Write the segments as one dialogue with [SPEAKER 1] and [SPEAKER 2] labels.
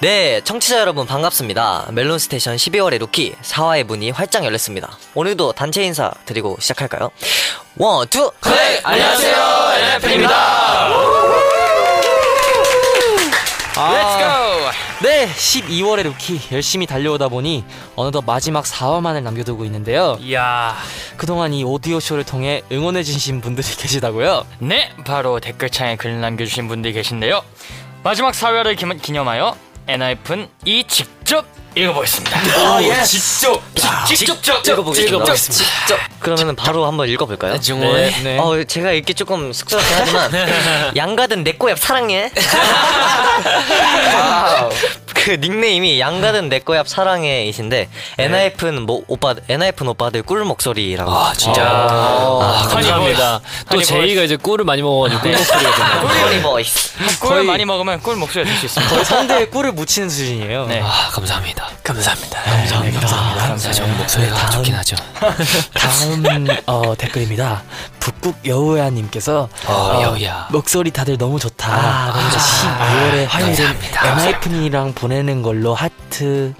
[SPEAKER 1] 네, 청취자 여러분 반갑습니다. 멜론 스테이션 12월의 루키 4화의 문이 활짝 열렸습니다. 오늘도 단체 인사 드리고 시작할까요? 원, 투,
[SPEAKER 2] 네, 안녕하세요. NF입니다.
[SPEAKER 3] 아,
[SPEAKER 2] Let's
[SPEAKER 3] 네, 12월의 루키 열심히 달려오다 보니 어느덧 마지막 4화만을 남겨두고 있는데요.
[SPEAKER 2] go. 이야.
[SPEAKER 3] 그동안 이 오디오 쇼를 통해 응원해 주신 분들이 계시다고요.
[SPEAKER 2] 네, 바로 댓글창에 글 남겨주신 분들이 계신데요. 마지막 사회를 기, 기념하여 NF는 이 직접 읽어보겠습니다. 오, 직접, 직접, 직접
[SPEAKER 1] 읽어보겠습니다. 직접. 그러면 바로 한번 읽어볼까요?
[SPEAKER 3] 정말? 네, 네.
[SPEAKER 1] 어, 제가 읽기 조금 쑥스럽긴 하지만 양가든 내 꼬야 사랑해. 그 닉네임이 양가든 내 꼬야 사랑해이신데 NIF는 뭐 오빠 NIF는 오빠들 꿀 목소리라고. 아
[SPEAKER 4] 진짜. 아, 감사합니다. 또
[SPEAKER 2] 허니버스.
[SPEAKER 4] 제이가 이제 꿀을 많이 먹어가지고 꿀 목소리가 되네요.
[SPEAKER 1] 꿀 보이스.
[SPEAKER 2] 꿀
[SPEAKER 3] 거의-
[SPEAKER 2] 많이 먹으면 꿀 목소리가 될 수 있습니다.
[SPEAKER 3] 거의 상대의 네, 꿀을 묻히는 수준이에요.
[SPEAKER 2] 네.
[SPEAKER 4] 아, 감사합니다. 네, 감사합니다. 감사합니다. 감사합니다. 정 목소리가 다 좋긴 하죠.
[SPEAKER 3] 다음 어, 댓글입니다. 북극 여우야님께서
[SPEAKER 4] 어, 여우야.
[SPEAKER 3] 목소리 다들 너무 좋다.
[SPEAKER 4] 아,
[SPEAKER 5] 아,
[SPEAKER 3] 그래서 12월에 화요일은
[SPEAKER 5] 네.
[SPEAKER 3] MIF님이랑 보내는 걸로 하트.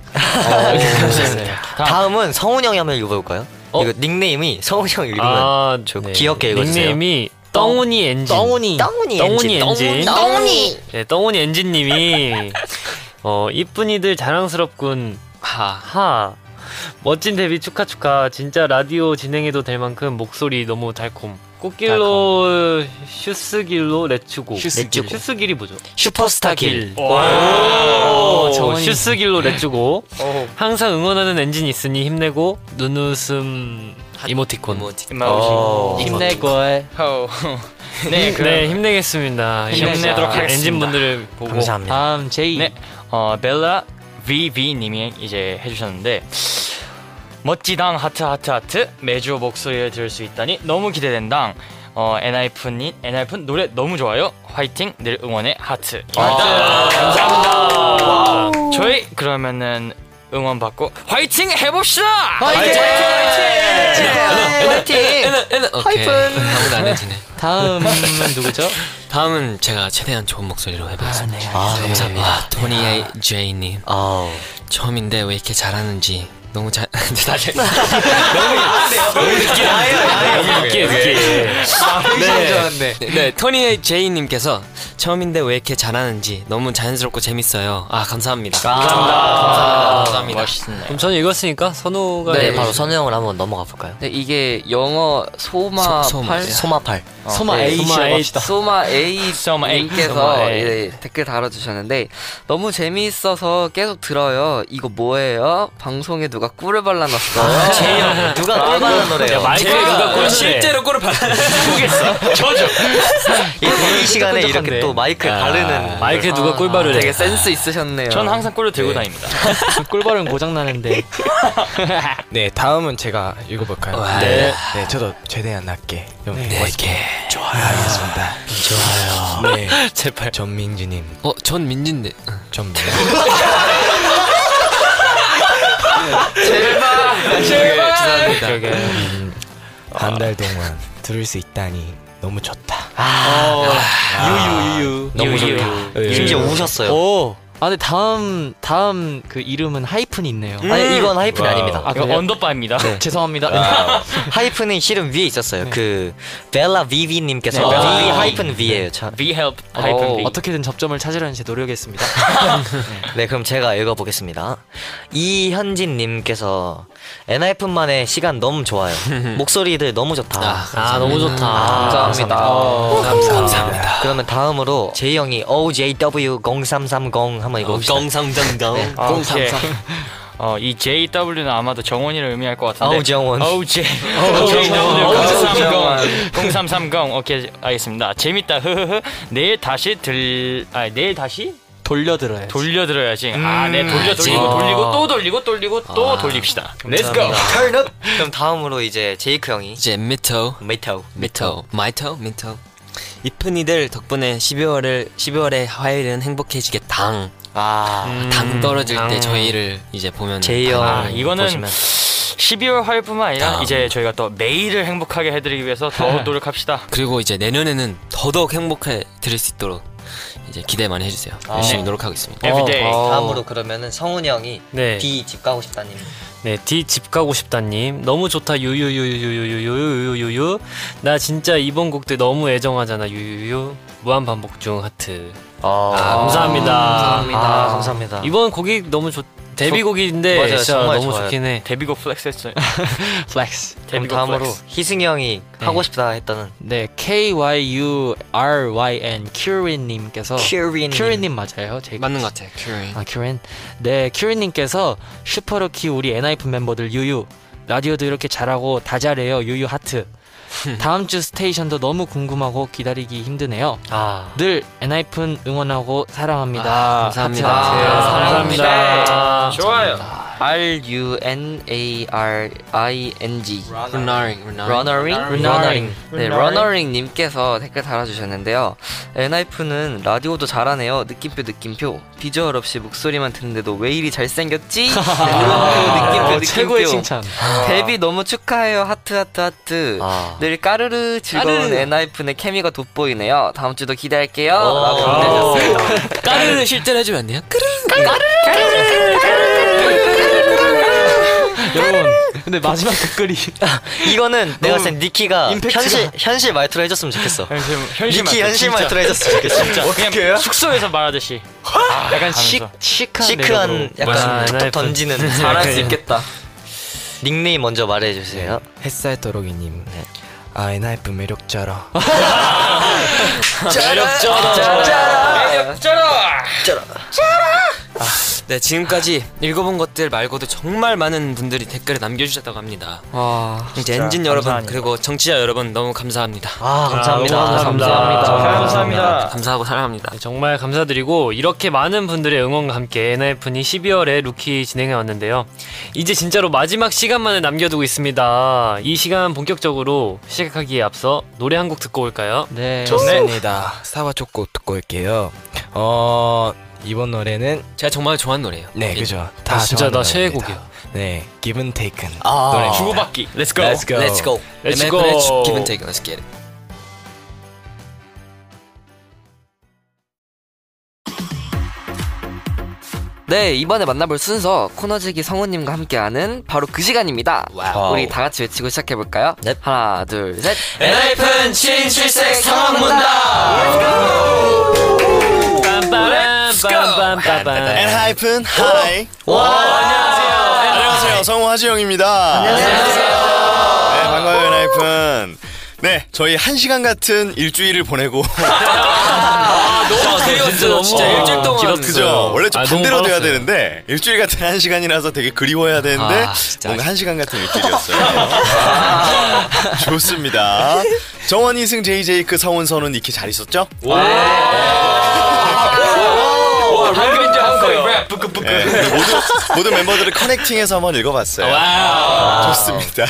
[SPEAKER 1] 다음은 성훈 형이 한번 읽어볼까요?
[SPEAKER 4] 어?
[SPEAKER 1] 이거 닉네임이 성훈 형 읽으면
[SPEAKER 4] 아,
[SPEAKER 1] 저 귀엽게 읽어주세요.
[SPEAKER 4] 닉네임이 떵훈이 엔진.
[SPEAKER 3] 떡우니.
[SPEAKER 1] 떡무늬
[SPEAKER 4] 떡무늬 엔진.
[SPEAKER 1] 떡무늬
[SPEAKER 4] 네, 떵훈이 엔진님이 어 이쁜이들 자랑스럽군. 하하. 멋진 데뷔 축하 축하. 진짜 라디오 진행해도 될 만큼 목소리 너무 달콤. 꽃길로 슈스길로 레츠고.
[SPEAKER 3] 슈스길.
[SPEAKER 4] 슈스길이 뭐죠?
[SPEAKER 1] 슈퍼스타 길.
[SPEAKER 4] 오, 저
[SPEAKER 3] 정원이.
[SPEAKER 4] 슈스길로 어, 내주고
[SPEAKER 2] 오.
[SPEAKER 4] 항상 응원하는 엔진 있으니 힘내고 눈웃음 이모티콘.
[SPEAKER 2] 이마우시.
[SPEAKER 3] 힘낼 걸.
[SPEAKER 2] 호. 네,
[SPEAKER 4] 네,
[SPEAKER 2] 그럼
[SPEAKER 4] 힘내겠습니다. 아,
[SPEAKER 2] 힘내도록 하겠습니다.
[SPEAKER 4] 엔진 분들을 보고
[SPEAKER 1] 감사합니다.
[SPEAKER 3] 다음 제이.
[SPEAKER 2] 네, 어 벨라 VV님이 이제 해주셨는데 멋지당 하트 하트 하트 매주 목소리를 들을 수 있다니 너무 기대된당. 어 엔하이픈이 엔하이픈 노래 너무 좋아요. 화이팅 늘 응원해 하트. 감사합니다. 저희 그러면은 응원 받고 화이팅 해봅시다. 화이팅.
[SPEAKER 1] 네. 화이팅.
[SPEAKER 6] 오케이. 아무도 안 해지네.
[SPEAKER 3] 다음은 누구죠?
[SPEAKER 6] 다음은 제가 최대한 좋은 목소리로 해보겠습니다.
[SPEAKER 3] 네.
[SPEAKER 1] 아,
[SPEAKER 6] 감사합니다. 토니 A. 제이님
[SPEAKER 1] 아우.
[SPEAKER 6] 처음인데 왜 이렇게 잘하는지 너무 잘 다시 할게요.
[SPEAKER 4] 아, 느끼해 느끼해.
[SPEAKER 6] 네. 네 토니 A. 제이님께서 처음인데 왜 이렇게 잘하는지 너무 자연스럽고 재밌어요. 아 감사합니다. 감사합니다. 감사합니다.
[SPEAKER 2] 아, 멋있네.
[SPEAKER 4] 그럼 저는 읽었으니까 선우가
[SPEAKER 1] 네,
[SPEAKER 4] 읽-
[SPEAKER 1] 바로 선우 형을 한번 넘어가 볼까요?
[SPEAKER 7] 네, 이게 영어 소마
[SPEAKER 6] 소- 소마.
[SPEAKER 7] 팔
[SPEAKER 1] 소마팔.
[SPEAKER 5] 어,
[SPEAKER 3] 소마
[SPEAKER 7] 네,
[SPEAKER 3] A
[SPEAKER 4] 소마
[SPEAKER 3] 씨라고
[SPEAKER 4] A.
[SPEAKER 3] 합시다.
[SPEAKER 7] 소마 A
[SPEAKER 2] 소마 A. 소마
[SPEAKER 7] 님께서
[SPEAKER 2] A.
[SPEAKER 7] 예, 댓글 달아주셨는데 너무 재미있어서 계속 들어요. 이거 뭐예요? 방송에 누가 꿀을
[SPEAKER 3] 아.
[SPEAKER 7] 발라놨어요.
[SPEAKER 1] 제이형 누가 꿀 받는 노래요?
[SPEAKER 4] 아, 네, 마이크에 누가 네. 꽂 실제로
[SPEAKER 1] 이 시간에 이렇게
[SPEAKER 4] 끈적끈적한데. 아,
[SPEAKER 1] 또 마이크 바르는
[SPEAKER 4] 마이크에 누가 꿀바를
[SPEAKER 7] 되게
[SPEAKER 4] 해.
[SPEAKER 7] 센스 있으셨네요.
[SPEAKER 2] 전 항상 꿀을 들고 다닙니다.
[SPEAKER 3] 꿀벌은 고장 나는데.
[SPEAKER 5] 네 다음은 제가 읽어볼까요?
[SPEAKER 6] 와.
[SPEAKER 5] 네. 네 저도 최대한 낮게 좀
[SPEAKER 3] 네.
[SPEAKER 5] 멋있게 좋아요 하겠습니다 좋아요 네 제발 전민지님
[SPEAKER 6] 어전 민진데. 네.
[SPEAKER 5] 전민
[SPEAKER 6] 네, 죄송합니다.
[SPEAKER 3] 어.
[SPEAKER 5] 한달 동안 들을 수 있다니 너무 좋다
[SPEAKER 3] 유유유.
[SPEAKER 1] 너무 좋다.
[SPEAKER 5] 네.
[SPEAKER 1] 심지어 우셨어요.
[SPEAKER 3] 오. 아 근데 다음 다음 그 이름은 하이픈이 있네요.
[SPEAKER 4] 음.
[SPEAKER 1] 아니 이건 하이픈이
[SPEAKER 5] 와우.
[SPEAKER 1] 아닙니다.
[SPEAKER 3] 아
[SPEAKER 2] 이거
[SPEAKER 3] 그래요?
[SPEAKER 2] 언더바입니다.
[SPEAKER 5] 아.
[SPEAKER 3] 죄송합니다.
[SPEAKER 1] 하이픈은 실은 위에
[SPEAKER 4] 네.
[SPEAKER 1] 있었어요. 그 벨라
[SPEAKER 2] 네,
[SPEAKER 1] 비비님께서 V
[SPEAKER 2] 벨라
[SPEAKER 4] 아.
[SPEAKER 2] 비비.
[SPEAKER 1] 하이픈 V예요. 자,
[SPEAKER 2] V help 하이픈 V.
[SPEAKER 3] 어떻게든 접점을 찾으려는 제 노력이었습니다.
[SPEAKER 1] 네, 그럼 제가 읽어보겠습니다. 이현진님께서 엔하이픈만의 시간 너무 좋아요. 목소리들 너무 좋다.
[SPEAKER 4] 아 너무 좋다. 어,
[SPEAKER 6] 감사합니다. 감사합니다.
[SPEAKER 1] 그러면 다음으로 제이 형이 OJW0330 한번
[SPEAKER 6] 네.
[SPEAKER 1] 읽어봅시다.
[SPEAKER 6] 꽁상정정.
[SPEAKER 2] 아, 오케이. 어, 이 JW는 아마도 정원이를 의미할 것 같은데.
[SPEAKER 1] 어우, 정원.
[SPEAKER 2] 어우, 제. 어우, 정원. 0330. 0330. 오케이, 알겠습니다. 재밌다. 흐흐흐. 내일 다시 들, 아, 내일 다시
[SPEAKER 3] 돌려 들어요.
[SPEAKER 2] 돌려 들어야지. 아, 네, 돌려 돌리고
[SPEAKER 4] 아.
[SPEAKER 2] 돌리고 또 돌리고 돌리고 또 돌립시다. Let's go.
[SPEAKER 1] 그럼 다음으로 이제 제이크 형이
[SPEAKER 6] 이제 미토.
[SPEAKER 1] 메이타우.
[SPEAKER 6] 미터 마이터 미터 이쁜이들 덕분에 12월을 12월의 화요일은 행복해지겠당
[SPEAKER 1] 아,
[SPEAKER 6] 음, 당 떨어질 때 저희를 이제 보면
[SPEAKER 1] 제이
[SPEAKER 6] 당-
[SPEAKER 1] 형.
[SPEAKER 2] 아, 이거는
[SPEAKER 1] 보시면.
[SPEAKER 2] 12월 화요일뿐만 아니라
[SPEAKER 6] 다음.
[SPEAKER 2] 이제 저희가 또 매일을
[SPEAKER 6] 어,
[SPEAKER 2] 행복하게 해드리기 위해서 더 노력합시다.
[SPEAKER 6] 그리고 이제 내년에는 더더욱 행복해 드릴 수 있도록 이제 기대 많이 해주세요. 열심히 노력하고 있습니다.
[SPEAKER 2] Everyday.
[SPEAKER 1] 다음으로 그러면은 성훈이 형이
[SPEAKER 4] 네.
[SPEAKER 1] B 집 가고 싶다님.
[SPEAKER 4] 네, D 집 가고 싶다님 너무 좋다 유유유유유유유유유 나 진짜 이번 곡 때 너무 애정하잖아 유유유 무한 반복 중 하트 아, 감사합니다.
[SPEAKER 1] 어. 감사합니다. 감사합니다.
[SPEAKER 4] 이번 곡이 너무 좋 데뷔곡인데
[SPEAKER 1] 맞아요,
[SPEAKER 4] 진짜
[SPEAKER 1] 정말
[SPEAKER 4] 너무
[SPEAKER 1] 좋아요.
[SPEAKER 4] 좋긴 해
[SPEAKER 2] 데뷔곡 플렉스 했어요.
[SPEAKER 3] 플렉스.
[SPEAKER 1] 그럼
[SPEAKER 2] 데뷔곡
[SPEAKER 1] 다음으로
[SPEAKER 2] 플렉스.
[SPEAKER 1] 희승이 형이 하고 싶다 했다는
[SPEAKER 3] 네, K Y U R Y N 큐린 님께서
[SPEAKER 1] 큐린.
[SPEAKER 3] 어. 큐린 님 맞아요? 제
[SPEAKER 6] 네, 맞는 것 같아요. 큐리.
[SPEAKER 3] 아 큐린 네 큐린님께서 슈퍼루키 우리 엔하이픈 멤버들 유유 라디오도 이렇게 잘하고 다 잘해요 유유 하트 다음 주 스테이션도 너무 궁금하고 기다리기 힘드네요
[SPEAKER 4] 아,
[SPEAKER 3] 늘 엔하이픈 응원하고 사랑합니다
[SPEAKER 6] 감사합니다.
[SPEAKER 3] 하트, 하트.
[SPEAKER 6] 아,
[SPEAKER 4] 감사합니다
[SPEAKER 2] 좋아요.
[SPEAKER 7] R U N A R I N G
[SPEAKER 6] 루나링, 루나링.
[SPEAKER 7] 러너링
[SPEAKER 3] 러너링.
[SPEAKER 7] 네 러너링 님께서 댓글 달아주셨는데요 엔하이프는 라디오도 잘하네요 느낌표 느낌표 비주얼 없이 목소리만 듣는데도 왜 이리 잘생겼지 느낌표 느낌표
[SPEAKER 3] 어, 최고의
[SPEAKER 7] 느낌표
[SPEAKER 3] 칭찬
[SPEAKER 6] 아.
[SPEAKER 7] 데뷔 너무 축하해요 하트 하트 하트
[SPEAKER 1] 아.
[SPEAKER 7] 늘 까르르 즐거운 엔하이픈의 케미가 돋보이네요 다음 주도 기대할게요 라고
[SPEAKER 6] 아.
[SPEAKER 2] 오.
[SPEAKER 7] 보내셨어요
[SPEAKER 6] 까르르 실제로 해주면 안 돼요?
[SPEAKER 3] 여러분 근데 마지막 댓글이
[SPEAKER 1] 이거는 내가 봤을 땐 니키가
[SPEAKER 3] 임팩트가-
[SPEAKER 1] 현실 현실 말투로 해줬으면 좋겠어.
[SPEAKER 2] 현실 현실
[SPEAKER 1] 니키 현실
[SPEAKER 2] 진짜.
[SPEAKER 1] 말투로 해줬으면 좋겠어. 진짜.
[SPEAKER 2] 그냥 숙소에서 말하듯이. 아, 약간 식.
[SPEAKER 3] 시크한
[SPEAKER 1] 시크한
[SPEAKER 4] 와,
[SPEAKER 1] 약간
[SPEAKER 4] 나이프.
[SPEAKER 1] 툭툭 던지는
[SPEAKER 7] 잘할 수 있겠다
[SPEAKER 1] 닉네임 먼저 말해주세요.
[SPEAKER 5] 햇살 도로기님.
[SPEAKER 1] 네.
[SPEAKER 5] 아 엔하이프 매력자라.
[SPEAKER 6] 네, 지금까지 읽어본 것들 말고도 정말 많은 분들이 댓글을 남겨주셨다고 합니다. 이제 엔진 여러분
[SPEAKER 2] 감사합니다.
[SPEAKER 6] 그리고 정치자 여러분 너무 감사합니다.
[SPEAKER 1] 아 감사합니다.
[SPEAKER 4] 너무
[SPEAKER 2] 감사합니다.
[SPEAKER 6] 감사하고 사랑합니다.
[SPEAKER 4] 네, 정말 감사드리고 이렇게 많은 분들의 응원과 함께 NFN이 12월에 루키 진행해 왔는데요. 이제 진짜로 마지막 시간만을 남겨두고 있습니다. 이 시간 본격적으로 시작하기에 앞서 노래 한 곡 듣고 올까요?
[SPEAKER 3] 네
[SPEAKER 5] 좋습니다. 사와 초코 듣고 올게요. 어 이번 노래는
[SPEAKER 6] 제가 정말 좋아하는 노래예요.
[SPEAKER 5] 네 그죠. 다
[SPEAKER 4] 진짜
[SPEAKER 5] 좋아하는
[SPEAKER 4] 나 최애
[SPEAKER 5] 노래입니다.
[SPEAKER 4] 곡이야.
[SPEAKER 5] 네, 기분 테이큰
[SPEAKER 1] 아.
[SPEAKER 2] 네.
[SPEAKER 5] 노래.
[SPEAKER 2] 주고받기.
[SPEAKER 6] Let's
[SPEAKER 5] go. Let's go.
[SPEAKER 6] Let's go.
[SPEAKER 4] Let's
[SPEAKER 6] MF
[SPEAKER 4] go.
[SPEAKER 6] 의 주- Give and take. Let's get it.
[SPEAKER 7] 네 이번에 만나볼 순서 코너지기 성우님과 함께하는 바로 그 시간입니다
[SPEAKER 6] 와우.
[SPEAKER 7] 우리 다 같이 외치고 시작해볼까요?
[SPEAKER 1] 넵.
[SPEAKER 7] 하나 둘셋
[SPEAKER 6] 엔하이픈 친출색 상황 문답.
[SPEAKER 4] 빰빰빰빰빰빰.
[SPEAKER 8] 엔하이픈 하이
[SPEAKER 6] 안녕하세요.
[SPEAKER 8] 안녕하세요 성우 하지영입니다 안녕하세요 네 반가워요 엔하이픈 네 저희 한 시간 같은 일주일을 보내고
[SPEAKER 6] 너무 길었어. 아, 진짜 일주일 동안.
[SPEAKER 8] 그죠 원래 좀
[SPEAKER 4] 아, 너무
[SPEAKER 8] 반대로 돼야
[SPEAKER 4] 빨랐어요.
[SPEAKER 8] 되는데 일주일 같은 한 시간이라서 되게 그리워야 되는데
[SPEAKER 6] 아, 진짜
[SPEAKER 8] 뭔가 한 시간 같은 일주일이었어요 아, 좋습니다 정원 이승 제이 제이크 성훈 선훈 니키 잘 있었죠?
[SPEAKER 2] 한글인지 한글.
[SPEAKER 8] 네, 우리 모든, 모든 멤버들을 커넥팅해서 한번 읽어봤어요.
[SPEAKER 2] 아,
[SPEAKER 8] 좋습니다.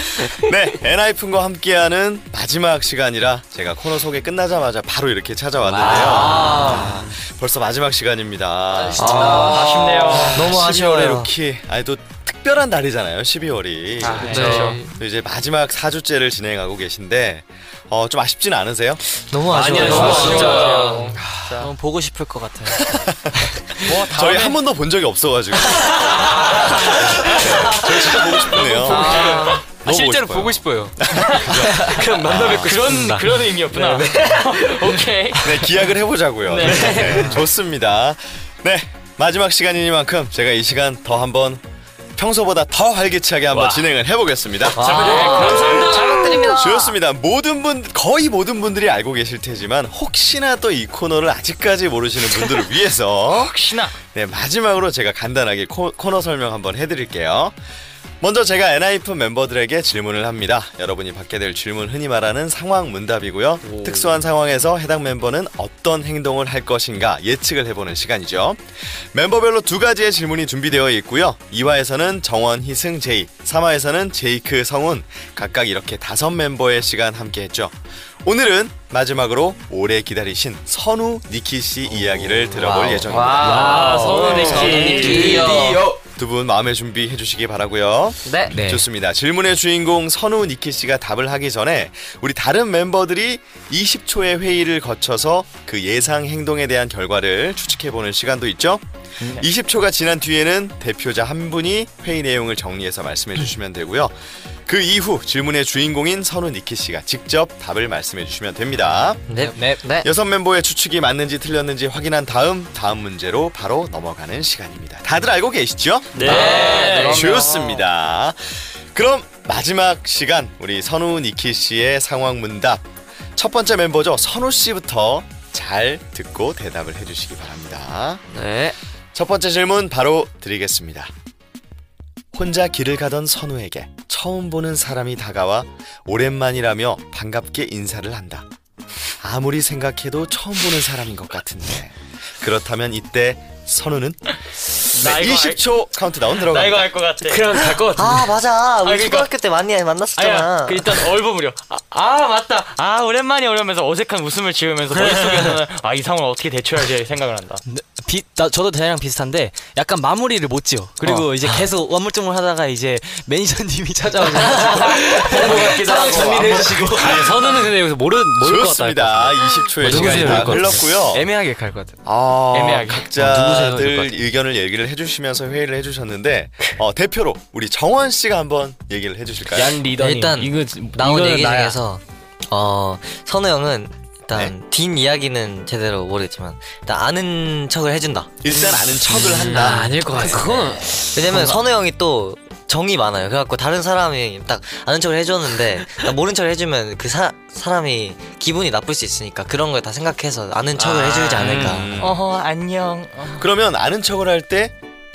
[SPEAKER 8] 네, 엔하이픈과 함께하는 마지막 시간이라 제가 코너 소개 끝나자마자 바로 이렇게 찾아왔는데요. 아, 벌써 마지막 시간입니다.
[SPEAKER 2] 아, 아쉽네요.
[SPEAKER 1] 너무
[SPEAKER 8] 12월의
[SPEAKER 1] 아쉬워요.
[SPEAKER 8] 루키. 아니 또 특별한 날이잖아요. 12월이.
[SPEAKER 2] 네.
[SPEAKER 8] 그렇죠?
[SPEAKER 2] 그렇죠.
[SPEAKER 8] 또 이제 마지막 4주째를 진행하고 계신데 어, 좀 아쉽진 않으세요?
[SPEAKER 1] 너무 아쉬워요.
[SPEAKER 6] 진짜.
[SPEAKER 3] 너무 보고 싶을 것 같아요
[SPEAKER 8] 저희 한 번도 본 적이 없어가지고. 네, 저희 진짜 보고 싶네요.
[SPEAKER 6] 아,
[SPEAKER 8] 너무
[SPEAKER 6] 실제로
[SPEAKER 8] 보고
[SPEAKER 6] 보고 싶어요.
[SPEAKER 8] 그럼 만나뵙고
[SPEAKER 2] 그런 그런 의미였구나. 오케이.
[SPEAKER 8] 네, 기약을 해보자고요. 네. 좋습니다. 네, 마지막 시간이니만큼 제가 이 시간 더 한번 평소보다 더 활기차게 한번 진행을 해보겠습니다.
[SPEAKER 2] 네,
[SPEAKER 8] 좋습니다. 모든 분 거의 모든 분들이 알고 계실 테지만 혹시나 또 이 코너를 아직까지 모르시는 분들을 위해서
[SPEAKER 2] 혹시나
[SPEAKER 8] 네, 마지막으로 제가 간단하게 코, 너 설명 한번 해드릴게요. 먼저 제가 엔하이픈 멤버들에게 질문을 합니다. 여러분이 받게 될 질문 흔히 말하는 상황 문답이고요. 특수한 상황에서 해당 멤버는 어떤 행동을 할 것인가 예측을 해보는 시간이죠. 멤버별로 두 가지의 질문이 준비되어 있고요. 2화에서는 정원, 희승, 제이, 3화에서는 제이크, 성훈 각각 이렇게 다섯 멤버의 시간 함께했죠. 오늘은 마지막으로 오래 기다리신 선우 니키 씨 이야기를 들어볼 예정입니다.
[SPEAKER 4] 아, 서운해.
[SPEAKER 6] 드디어.
[SPEAKER 8] 두 분 마음의 준비해 주시기 바라고요.
[SPEAKER 7] 네.
[SPEAKER 5] 네.
[SPEAKER 8] 좋습니다. 질문의 주인공 선우 니키 씨가 답을 하기 전에 우리 다른 멤버들이 20초의 회의를 거쳐서 그 예상 행동에 대한 결과를 추측해 보는 시간도 있죠.
[SPEAKER 7] 네.
[SPEAKER 8] 20초가 지난 뒤에는 대표자 한 분이 회의 내용을 정리해서 말씀해
[SPEAKER 7] 음.
[SPEAKER 8] 주시면 되고요. 그 이후 질문의 주인공인 선우 니키 씨가 직접 답을 말씀해 주시면 됩니다.
[SPEAKER 7] 네. 네. 네.
[SPEAKER 8] 여섯 멤버의 추측이 맞는지 틀렸는지 확인한 다음 다음 문제로 바로 넘어가는 시간입니다. 다들 알고 계시죠?
[SPEAKER 2] 아,
[SPEAKER 8] 네. 좋습니다. 그럼 마지막 시간 우리 선우 니키 씨의 상황 문답 첫 번째 멤버죠 선우 씨부터 잘 듣고 대답을 해주시기 바랍니다.
[SPEAKER 7] 네.
[SPEAKER 8] 첫 번째 질문 바로 드리겠습니다. 혼자 길을 가던 선우에게 처음 보는 사람이 다가와 오랜만이라며 반갑게 인사를 한다. 아무리 생각해도 처음 보는 사람인 것 같은데 그렇다면 이때 선우는
[SPEAKER 2] 나 이거
[SPEAKER 8] 20초
[SPEAKER 2] 나
[SPEAKER 8] 카운트다운
[SPEAKER 2] 이거
[SPEAKER 8] 들어갑니다.
[SPEAKER 2] 할 것 같아.
[SPEAKER 3] 그냥 갈것
[SPEAKER 1] 아 맞아 우리
[SPEAKER 2] 그러니까-
[SPEAKER 1] 초등학교 때 많이
[SPEAKER 2] 아야,
[SPEAKER 1] 만났었잖아
[SPEAKER 2] 그 일단 얼버무려. 아, 아 맞다. 아 오랜만이 오려면서 어색한 웃음을 지으면서 머릿속에서는 아 이 상황을 어떻게 대처해야지 생각을 한다.
[SPEAKER 3] 비, 나, 저도 대랑 비슷한데 약간 마무리를 못 지어. 아. 그리고 이제 계속 원물증을 하다가 이제 매니저님이 찾아오고 사랑 정리를 해주시고
[SPEAKER 4] 아니, 선우는 근데 여기서 모르 모를 것 같다.
[SPEAKER 8] 좋습니다. 20초의
[SPEAKER 4] 누구세요?
[SPEAKER 8] 시간이 다
[SPEAKER 4] 이럴 것
[SPEAKER 8] 흘렀고요.
[SPEAKER 5] 애매하게 갈 것 같아.
[SPEAKER 8] 아,
[SPEAKER 2] 애매하게.
[SPEAKER 8] 각자들
[SPEAKER 4] 어, 누구세요? 이럴 것
[SPEAKER 8] 의견을 얘기를 해주시면서 회의를 해주셨는데 어, 대표로 우리 정원 씨가 한번 얘기를 해주실까요?
[SPEAKER 4] 얀 리더님.
[SPEAKER 1] 일단
[SPEAKER 4] 이거
[SPEAKER 1] 나온
[SPEAKER 4] 이거는
[SPEAKER 1] 얘기
[SPEAKER 4] 나야.
[SPEAKER 1] 중에서 어 선우 형은 일단
[SPEAKER 4] 네.
[SPEAKER 1] 뒷 이야기는 제대로 모르겠지만 일단 아는 척을 해준다.
[SPEAKER 8] 일단 아는 척을
[SPEAKER 4] 아,
[SPEAKER 8] 한다.
[SPEAKER 4] 아닐 것 같아. 그건
[SPEAKER 1] 왜냐면 선우 형이 또 정이 많아요. 그래갖고 다른 사람이 딱 아는 척을 해줬는데 딱 모른 척을 해주면 그 사, 사람이 기분이 나쁠 수 있으니까 그런 걸 다 생각해서 아는 척을 해주지 않을까.
[SPEAKER 4] 음.
[SPEAKER 2] 어허 안녕. 어.
[SPEAKER 8] 그러면 아는 척을 할 때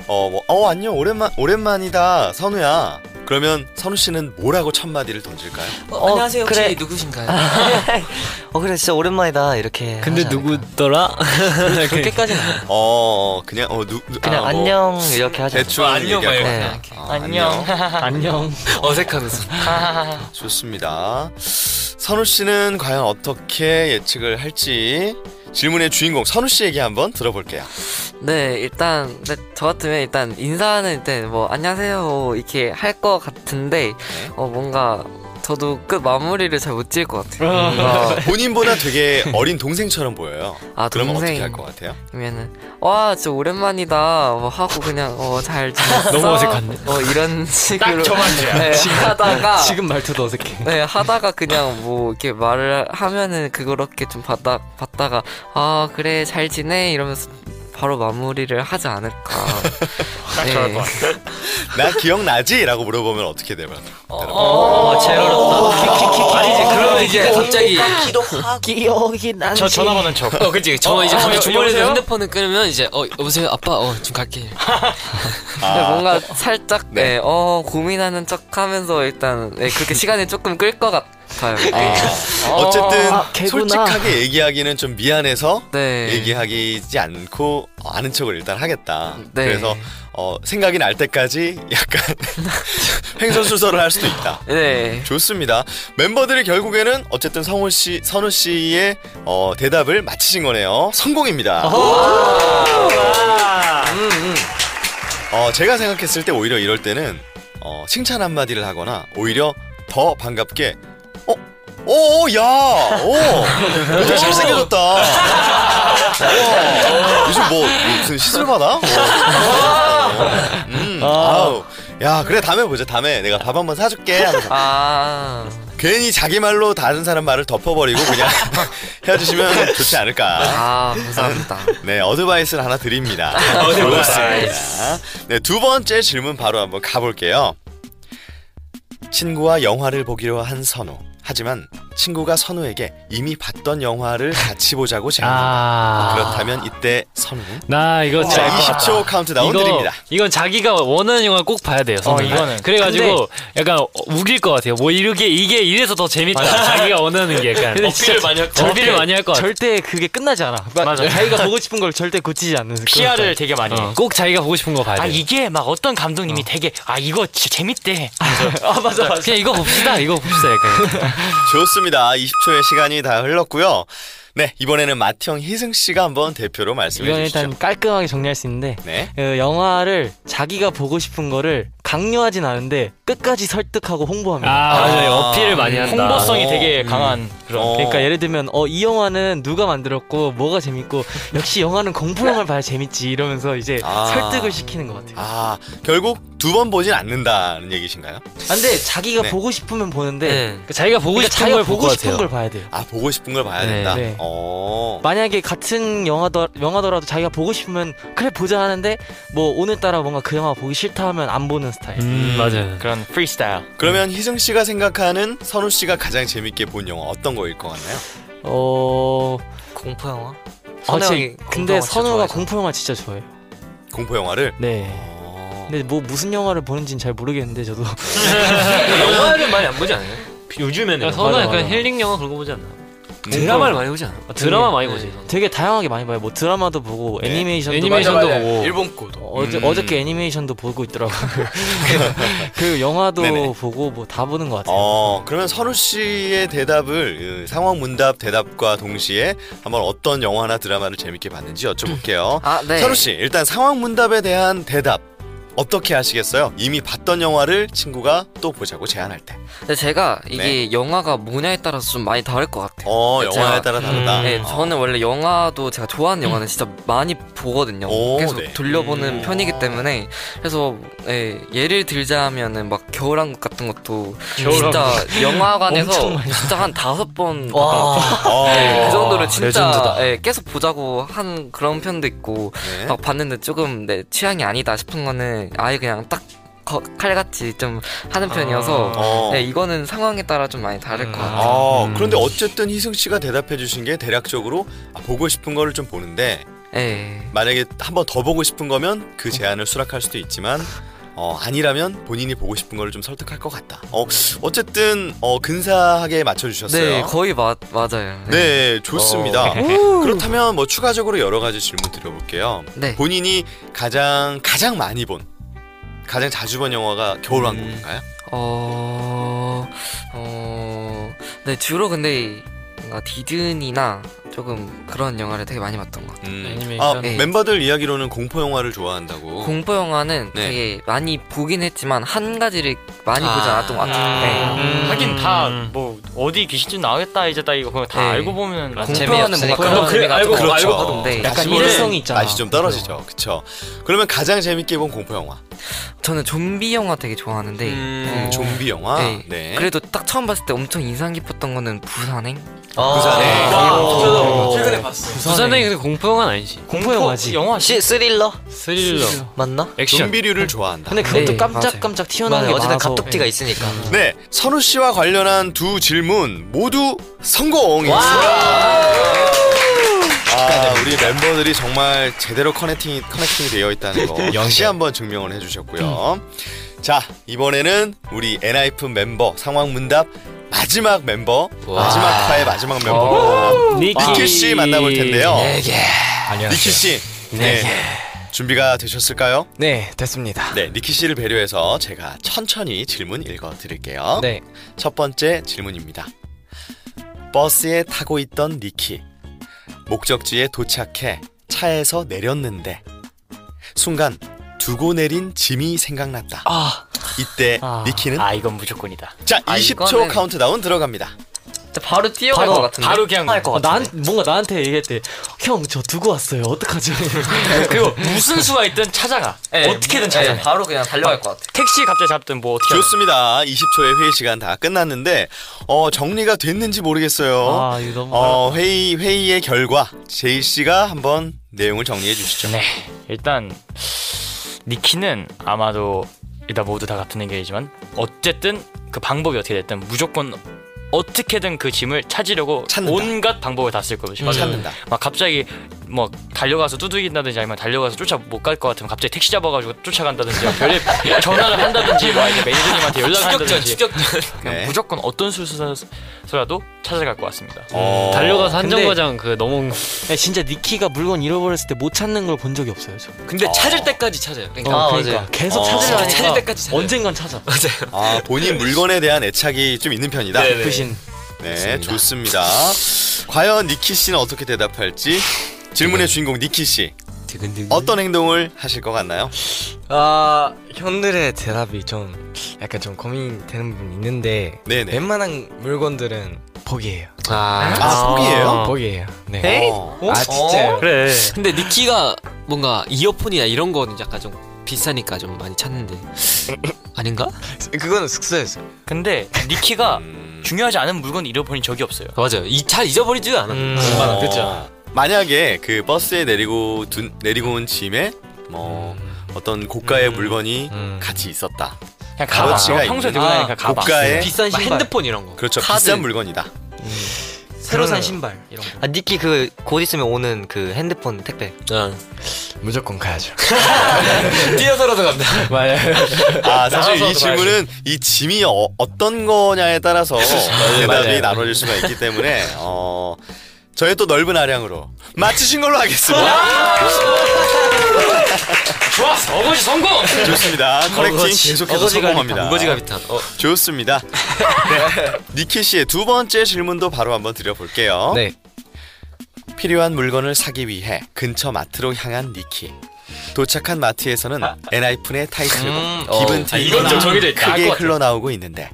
[SPEAKER 8] 어, 뭐, 어 안녕 오랜만 오랜만이다 선우야. 그러면 선우 씨는 뭐라고 첫 마디를 던질까요?
[SPEAKER 1] 어, 안녕하세요. 혹시 그래.
[SPEAKER 6] 누구신가요?
[SPEAKER 1] 어 그래 진짜 오랜만이다 이렇게.
[SPEAKER 4] 근데
[SPEAKER 1] 하지 않을까.
[SPEAKER 4] 누구더라?
[SPEAKER 1] 그렇게까지는 안 해요.
[SPEAKER 8] 어 그냥 어 누, 누-
[SPEAKER 1] 그냥
[SPEAKER 8] 아, 뭐
[SPEAKER 1] 안녕 이렇게 하죠.
[SPEAKER 8] 대충
[SPEAKER 6] 안녕 말고
[SPEAKER 8] 얘기할 것
[SPEAKER 1] 그냥
[SPEAKER 8] 같아요. 아,
[SPEAKER 2] 안녕.
[SPEAKER 4] 안녕.
[SPEAKER 6] 어색한 웃음.
[SPEAKER 8] 좋습니다. 선우 씨는 과연 어떻게 예측을 할지 질문의 주인공 선우 씨에게 한번 들어볼게요.
[SPEAKER 7] 네, 일단 네, 저 같으면 일단 인사는 일단 뭐 안녕하세요 이렇게 할 것 같은데
[SPEAKER 6] 네.
[SPEAKER 7] 어 뭔가 저도 끝 마무리를 잘 못 지을 것 같아요.
[SPEAKER 6] 음.
[SPEAKER 7] 뭔가
[SPEAKER 8] 본인보다 되게 어린 동생처럼 보여요.
[SPEAKER 7] 아
[SPEAKER 8] 그러면
[SPEAKER 7] 동생
[SPEAKER 8] 어떻게 할 것 같아요?
[SPEAKER 7] 그러면은 와 진짜 오랜만이다 뭐 하고 그냥 어 잘 지냈어
[SPEAKER 4] 너무 어색한데?
[SPEAKER 7] 뭐 이런 식으로
[SPEAKER 2] 딱저 말이야.
[SPEAKER 7] 네, 하다가
[SPEAKER 3] 지금 말투도 어색해.
[SPEAKER 7] 네 하다가 그냥 뭐 이렇게 말을 하면은 그렇게 좀 받다 받다가 아 그래 잘 지내 이러면서 바로 마무리를 하지 않을까
[SPEAKER 2] 딱
[SPEAKER 7] 네.
[SPEAKER 2] 저럴 것 같아.
[SPEAKER 8] 나 기억나지? 라고 물어보면 어떻게 되면 어,
[SPEAKER 6] 어 제로롭다. 아니 이제 그러면 이제
[SPEAKER 3] 어.
[SPEAKER 6] 갑자기
[SPEAKER 2] 저 전화번호 쳐.
[SPEAKER 6] 어 그치 저 이제
[SPEAKER 3] 아,
[SPEAKER 2] 어,
[SPEAKER 6] 갑자기
[SPEAKER 2] 여-
[SPEAKER 6] 주머니에서
[SPEAKER 2] 여보세요?
[SPEAKER 6] 핸드폰을 끊으면 이제 어 여보세요 아빠 어 좀 갈게.
[SPEAKER 7] 네,
[SPEAKER 8] 아,
[SPEAKER 7] 뭔가 살짝 네. 어 고민하는 척하면서 일단 네, 그렇게 시간이 조금 끌 것 같아요.
[SPEAKER 8] 어쨌든
[SPEAKER 3] 아, 개구나.
[SPEAKER 8] 솔직하게 얘기하기는 좀 미안해서
[SPEAKER 7] 네.
[SPEAKER 8] 얘기하기지 않고 어, 아는 척을 일단 하겠다.
[SPEAKER 7] 네.
[SPEAKER 8] 그래서 어, 생각이 날 때까지 약간 횡설수설을 할 수도 있다.
[SPEAKER 7] 네.
[SPEAKER 8] 좋습니다. 멤버들이 결국에는 어쨌든 성우 씨, 선우 씨의 어, 대답을 마치신 거네요. 성공입니다. 어, 제가 생각했을 때 오히려 이럴 때는 어, 칭찬 한마디를 하거나 오히려 더 반갑게 어, 오, 야, 오, 되게 잘생겨졌다. 어, 요즘 뭐 무슨 시술 받아? 어. 음, 아우, 야, 그래 다음에 보자. 다음에 내가 밥 한번 사줄게. 하면서
[SPEAKER 7] 아.
[SPEAKER 8] 괜히 자기 말로 다른 사람 말을 덮어버리고 그냥 헤어지시면 좋지 않을까.
[SPEAKER 7] 아, 감사합니다.
[SPEAKER 8] 네, 어드바이스를 하나 드립니다. 좋습니다. 네, 두 번째 질문 바로 한번 가볼게요. 친구와 영화를 보기로 한 선우. 하지만 친구가 선우에게 이미 봤던 영화를 같이 보자고 제안한다.
[SPEAKER 4] 아.
[SPEAKER 8] 그렇다면 이때 선우는
[SPEAKER 4] 나 이거 진짜
[SPEAKER 8] 그렇죠. 자,
[SPEAKER 4] 알것 같다.
[SPEAKER 8] 20초 카운트다운 드립니다.
[SPEAKER 4] 이건 자기가 원하는 영화 꼭 봐야 돼요. 선생님.
[SPEAKER 2] 어, 이거는.
[SPEAKER 4] 그래가지고 약간 어, 우길 것 같아요. 뭐 이렇게 이게 이래서 더 재밌다. 자기가 원하는 게 약간
[SPEAKER 3] 근데 진짜
[SPEAKER 4] 절비를 많이 할 것 같아.
[SPEAKER 3] 절대 그게 끝나지 않아. 그러니까
[SPEAKER 2] 맞아.
[SPEAKER 3] 자기가 보고 싶은 걸 절대 고치지 않는. 그런
[SPEAKER 2] PR을 되게 많이. 해.
[SPEAKER 4] 어, 꼭 자기가 보고 싶은 거 봐야 돼.
[SPEAKER 2] 그러니까. 아 이게 막 어떤 감독님이 되게 아 이거 진짜 재밌대.
[SPEAKER 4] 아 맞아 맞아. 그냥 이거 봅시다. 이거 봅시다. 약간.
[SPEAKER 8] 좋습니다. 20초의 시간이 다 흘렀고요. 네, 이번에는 마티형 희승 씨가 한번 대표로
[SPEAKER 3] 이건
[SPEAKER 8] 말씀해 주시죠.
[SPEAKER 3] 일단 깔끔하게 정리할 수 있는데
[SPEAKER 8] 네.
[SPEAKER 3] 그 영화를 자기가 보고 싶은 거를 강요하진 않은데 끝까지 설득하고 홍보합니다.
[SPEAKER 4] 맞아요. 어필을 많이 한다.
[SPEAKER 2] 홍보성이 되게
[SPEAKER 8] 음.
[SPEAKER 2] 강한 그런
[SPEAKER 8] 어.
[SPEAKER 3] 그러니까 예를 들면 어 이 영화는 누가 만들었고 뭐가 재밌고 역시 영화는 공포 영화를 봐야 재밌지 이러면서 이제
[SPEAKER 8] 아.
[SPEAKER 3] 설득을 시키는 것 같아요.
[SPEAKER 8] 아, 결국 두 번 보진 않는다는 얘기신가요?
[SPEAKER 3] 아, 근데 자기가
[SPEAKER 8] 네.
[SPEAKER 3] 보고 싶으면 보는데
[SPEAKER 4] 자기가 보고
[SPEAKER 3] 그러니까
[SPEAKER 4] 싶은 걸
[SPEAKER 3] 자기가 보고
[SPEAKER 4] 보고
[SPEAKER 3] 싶은
[SPEAKER 4] 싶은
[SPEAKER 3] 걸 봐야 돼요.
[SPEAKER 8] 아, 보고 싶은 걸 봐야
[SPEAKER 6] 네,
[SPEAKER 8] 된다.
[SPEAKER 3] 네.
[SPEAKER 8] 어.
[SPEAKER 3] 만약에 같은 영화더, 영화더라도 자기가 보고 싶으면 그래 보자 하는데 뭐 오늘따라 뭔가 그 영화 보기 싫다 하면 안 보는 스타일.
[SPEAKER 4] 음, 맞아요.
[SPEAKER 2] 그런 프리스타일.
[SPEAKER 8] 그러면
[SPEAKER 7] 네.
[SPEAKER 8] 희승 씨가 생각하는 선우 씨가 가장 재밌게 본 영화 어떤 거일 것 같나요?
[SPEAKER 3] 어.
[SPEAKER 1] 공포 영화?
[SPEAKER 3] 아,
[SPEAKER 1] 선우
[SPEAKER 3] 진짜
[SPEAKER 1] 형이 공포
[SPEAKER 3] 근데
[SPEAKER 1] 영화 진짜
[SPEAKER 3] 선우가
[SPEAKER 1] 좋아해서.
[SPEAKER 3] 공포 영화 진짜 좋아해요.
[SPEAKER 8] 공포 영화를.
[SPEAKER 3] 네.
[SPEAKER 8] 어.
[SPEAKER 3] 근데 뭐 무슨 영화를 보는지는 잘 모르겠는데 저도
[SPEAKER 6] 영화를 많이 안 보지 않아요?
[SPEAKER 4] 요즘에는
[SPEAKER 3] 맞아,
[SPEAKER 4] 선우 약간
[SPEAKER 3] 맞아.
[SPEAKER 4] 힐링 영화 그러니까 그런 거 보지 않나?
[SPEAKER 6] 드라마를 많이 보지 않아?
[SPEAKER 4] 아, 드라마 많이 보지.
[SPEAKER 3] 되게 다양하게 많이 봐요. 뭐 드라마도 보고
[SPEAKER 8] 네.
[SPEAKER 3] 애니메이션도
[SPEAKER 4] 애니메이션도
[SPEAKER 3] 많이
[SPEAKER 4] 보고.
[SPEAKER 6] 일본 거도.
[SPEAKER 3] 보고 어저,
[SPEAKER 8] 음.
[SPEAKER 3] 어저께 애니메이션도 보고 있더라고요. 그리고 영화도
[SPEAKER 8] 네네.
[SPEAKER 3] 보고 뭐 다 보는 것 같아요.
[SPEAKER 8] 어, 그러면 선우 씨의 대답을 어, 상황 문답 대답과 동시에 한번 어떤 영화나 드라마를 재밌게 봤는지 여쭤볼게요.
[SPEAKER 7] 아, 네.
[SPEAKER 8] 선우 씨, 일단 상황 문답에 대한 대답 어떻게 하시겠어요? 이미 봤던 영화를 친구가 또 보자고 제안할 때.
[SPEAKER 7] 근데 제가
[SPEAKER 8] 네.
[SPEAKER 7] 이게 영화가 뭐냐에 따라서 좀 많이 다를 것 같아요.
[SPEAKER 8] 어, 영화에
[SPEAKER 7] 제가-
[SPEAKER 8] 따라 다르다.
[SPEAKER 7] 네,
[SPEAKER 8] 어.
[SPEAKER 7] 저는 원래 영화도 제가 좋아하는 영화는 진짜 많이 보거든요.
[SPEAKER 8] 음. 오,
[SPEAKER 7] 계속
[SPEAKER 8] 네.
[SPEAKER 7] 돌려보는
[SPEAKER 8] 음.
[SPEAKER 7] 편이기 때문에 그래서 예, 예를 들자면은 막 겨울왕국 같은 것도 진짜 영화관에서 진짜 한 다섯 번
[SPEAKER 1] 와.
[SPEAKER 8] 어.
[SPEAKER 7] 그 정도로 진짜
[SPEAKER 8] 레전드다.
[SPEAKER 7] 예, 계속 보자고 한 그런 편도 있고
[SPEAKER 8] 네.
[SPEAKER 7] 막 봤는데 조금 내 취향이 아니다 싶은 거는 아예 그냥 딱 거- 칼같이 좀 하는 편이어서
[SPEAKER 8] 어.
[SPEAKER 7] 네, 이거는 상황에 따라 좀 많이 다를 것 같아요.
[SPEAKER 8] 아, 그런데 어쨌든 희승 씨가 대답해 주신 게 대략적으로 아, 보고 싶은 거를 좀 보는데
[SPEAKER 7] 예.
[SPEAKER 8] 만약에 한 번 더 보고 싶은 거면 그 제안을 수락할 수도 있지만 어, 아니라면 본인이 보고 싶은 거를 좀 설득할 것 같다. 어, 어쨌든 어, 근사하게 맞춰
[SPEAKER 7] 네,
[SPEAKER 8] 주셨어요.
[SPEAKER 7] 거의 맞 맞아요. 예.
[SPEAKER 8] 네, 좋습니다. 그렇다면 뭐 추가적으로 여러 가지 질문 드려볼게요.
[SPEAKER 7] 네.
[SPEAKER 8] 본인이 가장 가장 많이 본 가장 자주 본 영화가 겨울왕국인가요?
[SPEAKER 7] 어, 어, 네 주로 근데 뭔가 디즈니나 조금 그런 영화를 되게 많이 봤던 것 같아요.
[SPEAKER 8] 음.
[SPEAKER 4] 애니메이션.
[SPEAKER 8] 아,
[SPEAKER 7] 네.
[SPEAKER 8] 멤버들 이야기로는 공포 영화를 좋아한다고.
[SPEAKER 7] 공포 영화는
[SPEAKER 8] 네.
[SPEAKER 7] 되게 많이 보긴 했지만 한 가지를 많이 보지
[SPEAKER 6] 아.
[SPEAKER 7] 않았던 것 같아요. 네.
[SPEAKER 2] 하긴 다 뭐 어디 귀신집 나오겠다 이제 딱 이거 그냥 다
[SPEAKER 7] 네.
[SPEAKER 2] 알고 보면
[SPEAKER 7] 공포는 뭔가 그런
[SPEAKER 4] 그래,
[SPEAKER 7] 재미가
[SPEAKER 4] 알고
[SPEAKER 7] 좀
[SPEAKER 8] 그렇죠.
[SPEAKER 4] 알고
[SPEAKER 7] 네.
[SPEAKER 3] 약간
[SPEAKER 8] 다시
[SPEAKER 3] 일회성이
[SPEAKER 8] 보면
[SPEAKER 3] 있잖아.
[SPEAKER 8] 맛이 좀 떨어지죠. 그쵸. 그러면 가장 재밌게 본 공포 영화.
[SPEAKER 7] 저는 좀비 영화 되게 좋아하는데
[SPEAKER 8] 음, 좀비 영화.
[SPEAKER 7] 네.
[SPEAKER 8] 네.
[SPEAKER 7] 그래도 딱 처음 봤을 때 엄청 인상 깊었던 거는 부산행.
[SPEAKER 8] 부산에.
[SPEAKER 1] 어,
[SPEAKER 6] 최근에 봤어.
[SPEAKER 4] 부산행 근데 공포 영화는 아니지.
[SPEAKER 3] 공포 영화지.
[SPEAKER 2] 어. 영화 시-
[SPEAKER 1] 아. 시 스릴러
[SPEAKER 4] 스릴러.
[SPEAKER 1] 맞나?
[SPEAKER 4] 액션.
[SPEAKER 3] 어.
[SPEAKER 8] 좀비류를 좋아한다.
[SPEAKER 3] 근데 그것도
[SPEAKER 7] 네,
[SPEAKER 3] 깜짝깜짝 튀어나온
[SPEAKER 1] 맞아.
[SPEAKER 3] 게
[SPEAKER 1] 어쨌든
[SPEAKER 3] 많아서
[SPEAKER 1] 갑툭튀가 있으니까.
[SPEAKER 8] 네, 선우 씨와 관련한 두 질문 모두 성공했습니다. 아, 우리 멤버들이 정말 제대로 커넥팅이 커넥팅이 되어 있다는 거 다시 한번 증명을 해주셨고요. 자, 이번에는 우리 엔하이픈 멤버 상황 문답 마지막 멤버
[SPEAKER 5] 아.
[SPEAKER 8] 마지막 화의 마지막 멤버
[SPEAKER 5] 어,
[SPEAKER 8] 니키 씨 만나볼 텐데요. 니키
[SPEAKER 5] 네 안녕하세요.
[SPEAKER 8] 씨, 네. 준비가 되셨을까요?
[SPEAKER 5] 네, 됐습니다.
[SPEAKER 8] 네, 니키 씨를 배려해서 제가 천천히 질문 읽어드릴게요.
[SPEAKER 5] 네.
[SPEAKER 8] 첫 번째 질문입니다. 버스에 타고 있던 니키. 목적지에 도착해 차에서 내렸는데 순간 두고 내린 짐이 생각났다.
[SPEAKER 5] 아.
[SPEAKER 8] 이때 니키는
[SPEAKER 2] 아 이건 무조건이다.
[SPEAKER 8] 자
[SPEAKER 7] 아,
[SPEAKER 8] 20초
[SPEAKER 7] 이거는-
[SPEAKER 8] 카운트다운 들어갑니다.
[SPEAKER 7] 진짜 바로 뛰어갈 것 같은데.
[SPEAKER 2] 바로 그냥
[SPEAKER 3] 어, 난 뭔가 나한테 얘기했대. 형 저 두고 왔어요. 어떡하죠?
[SPEAKER 2] 그리고 무슨 수가 있든 찾아가. 어떻게든 찾아가.
[SPEAKER 7] 네, 바로 그냥 달려갈 것 같아요.
[SPEAKER 2] 택시 갑자기 잡든 뭐 어떻게 하든.
[SPEAKER 8] 좋습니다. 20초의 회의 시간 다 끝났는데 어, 정리가 됐는지 모르겠어요.
[SPEAKER 3] 아 이거 너무
[SPEAKER 8] 어, 회의 회의의 결과 제이 씨가 한번 내용을 정리해 주시죠.
[SPEAKER 2] 네. 일단 니키는 아마도 일단 모두 다 같은 의견이지만 어쨌든 그 방법이 어떻게 됐든 무조건 어떻게든 그 짐을 찾으려고
[SPEAKER 8] 찾는다. 음.
[SPEAKER 2] 온갖 방법을 다 쓸 거예요.
[SPEAKER 8] 찾는다.
[SPEAKER 2] 막 갑자기 뭐 달려가서 두들긴다든지 아니면 달려가서 쫓아 못 갈 것 같으면 갑자기 택시 잡아가지고 쫓아간다든지 막 별일 전화를 한다든지 막 이제 매니저님한테
[SPEAKER 8] 그러니까
[SPEAKER 2] 연락한다든지 그냥
[SPEAKER 8] 네.
[SPEAKER 2] 무조건 어떤 수순에서라도 찾아갈 것 같습니다.
[SPEAKER 8] 어,
[SPEAKER 4] 달려가서
[SPEAKER 3] 근데-
[SPEAKER 4] 한정거장 그 넘어
[SPEAKER 3] 야, 네, 진짜 니키가 물건 잃어버렸을 때 못 찾는 걸 본 적이 없어요. 저.
[SPEAKER 6] 근데 찾을 때까지 찾아요. 그러니까
[SPEAKER 3] 어, 그러니까 계속
[SPEAKER 8] 어.
[SPEAKER 3] 찾으려 하니까
[SPEAKER 6] 찾을 때까지 찾아요.
[SPEAKER 3] 언젠간 찾아.
[SPEAKER 8] 아, 본인 물건에 대한 애착이 좀 있는 편이다.
[SPEAKER 6] 네네.
[SPEAKER 3] 그 신
[SPEAKER 8] 네, 좋습니다. 과연 니키 씨는 어떻게 대답할지 질문의
[SPEAKER 6] 네.
[SPEAKER 8] 주인공 니키 씨 어떤 행동을 하실 것 같나요?
[SPEAKER 5] 아 현들의 대답이 좀 약간 좀 고민되는 부분이 있는데
[SPEAKER 8] 네네.
[SPEAKER 5] 웬만한 물건들은 포기해요.
[SPEAKER 8] 아, 포기예요?
[SPEAKER 5] 포기해요. 네.
[SPEAKER 8] 어.
[SPEAKER 5] 아 진짜요?
[SPEAKER 4] 그래.
[SPEAKER 6] 근데 니키가 뭔가 이어폰이나 이런 거는 약간 좀 비싸니까 좀 많이 찾는데 아닌가?
[SPEAKER 5] 그거는 숙소에서.
[SPEAKER 2] 근데
[SPEAKER 6] 아.
[SPEAKER 2] 니키가
[SPEAKER 8] 음.
[SPEAKER 2] 중요하지 않은 물건 잃어버린 적이 없어요.
[SPEAKER 6] 맞아요. 이 잘 잊어버리지가 않아.
[SPEAKER 8] 어. 만약에 그 버스에 내리고 둔 내리고 온 짐에 뭐 어떤 고가의 물건이 같이 있었다.
[SPEAKER 2] 그냥 가방.
[SPEAKER 8] 그렇지가
[SPEAKER 2] 그럼 평소에
[SPEAKER 8] 있네.
[SPEAKER 2] 들고 다니니까 아, 가방.
[SPEAKER 8] 고가의
[SPEAKER 6] 비싼 신발. 핸드폰 이런 거.
[SPEAKER 8] 그렇죠
[SPEAKER 6] 카드.
[SPEAKER 8] 비싼 물건이다.
[SPEAKER 3] 새로 산 신발 이런 거.
[SPEAKER 1] 아 니키 그 곧 있으면 오는 그 핸드폰 택배.
[SPEAKER 5] 무조건 가야죠.
[SPEAKER 3] 그,
[SPEAKER 6] 뛰어서라도 간다.
[SPEAKER 5] 맞아요.
[SPEAKER 8] 아 사실 이 질문은 이 짐이 어, 어떤 거냐에 따라서 대답이
[SPEAKER 5] 맞아요.
[SPEAKER 8] 나눠질 수가 있기 때문에 어 저희 또 넓은 아량으로 맞추신 걸로 하겠습니다.
[SPEAKER 2] 좋았어. 어거지 성공.
[SPEAKER 8] 좋습니다. 커렉팅 계속해서 성공합니다.
[SPEAKER 6] 무거지가 비탄. 어,
[SPEAKER 8] 좋습니다. 네. 니키 씨의 두 번째 질문도 바로 한번 드려볼게요.
[SPEAKER 5] 네.
[SPEAKER 8] 필요한 물건을 사기 위해 근처 마트로 향한 니키. 도착한 마트에서는 엔하이픈의 타이틀곡 기븐 티
[SPEAKER 2] 이건 좀 정해져 있다. 알것
[SPEAKER 8] 크게
[SPEAKER 2] 같아.
[SPEAKER 8] 흘러나오고 있는데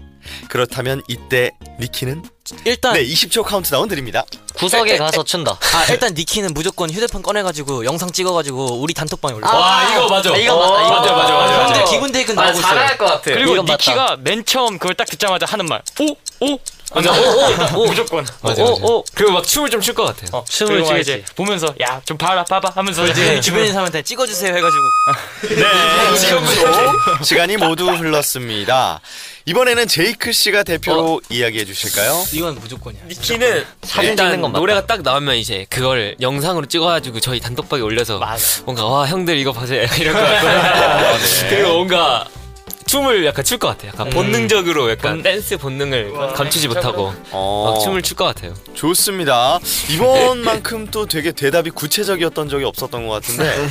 [SPEAKER 8] 그렇다면 이때 니키는
[SPEAKER 3] 일단
[SPEAKER 8] 네 20초 카운트다운 드립니다.
[SPEAKER 1] 구석에 가서 춘다.
[SPEAKER 3] 아 일단 니키는 무조건 휴대폰 꺼내가지고 영상 찍어가지고 우리 단톡방에 올려.
[SPEAKER 2] 와 이거
[SPEAKER 1] 이거
[SPEAKER 2] 맞아.
[SPEAKER 1] 맞다, 이거
[SPEAKER 2] 맞아 맞아 맞아. 맞아.
[SPEAKER 3] 현재 기분 대근
[SPEAKER 7] 아,
[SPEAKER 3] 나오고 있어요.
[SPEAKER 7] 잘할 것 같아.
[SPEAKER 2] 그리고
[SPEAKER 1] 이건 맞다.
[SPEAKER 2] 니키가 맨 처음 그걸 딱 듣자마자 하는 말. 오 오. 맞아. 오오 무조건.
[SPEAKER 6] 맞아, 맞아. 어, 어. 그리고 막 춤을 좀 출 것 같아요.
[SPEAKER 2] 어, 춤을 추 이제 보면서 야 좀 봐라 봐봐 하면서
[SPEAKER 3] 이제 주변인 사람한테 찍어주세요 해가지고
[SPEAKER 8] 네 지금도 시간이 모두 흘렀습니다. 이번에는 제이크 씨가 대표로 이야기해 주실까요?
[SPEAKER 3] 이건 무조건이야.
[SPEAKER 6] 니키는
[SPEAKER 1] 사진 찍는 건 맞다.
[SPEAKER 6] 노래가 딱 나오면 이제 그걸 영상으로 찍어가지고 저희 단톡방에 올려서 뭔가 와 형들 이거 봐주세요 이럴 것 같고 그리고 뭔가 춤을 약간 출 것 같아요. 약간 음. 본능적으로 약간 댄스 본능을 감추지 못하고
[SPEAKER 8] 어,
[SPEAKER 6] 막 춤을 출 것 같아요.
[SPEAKER 8] 좋습니다. 이번만큼 또 되게 대답이 구체적이었던 적이 없었던 것 같은데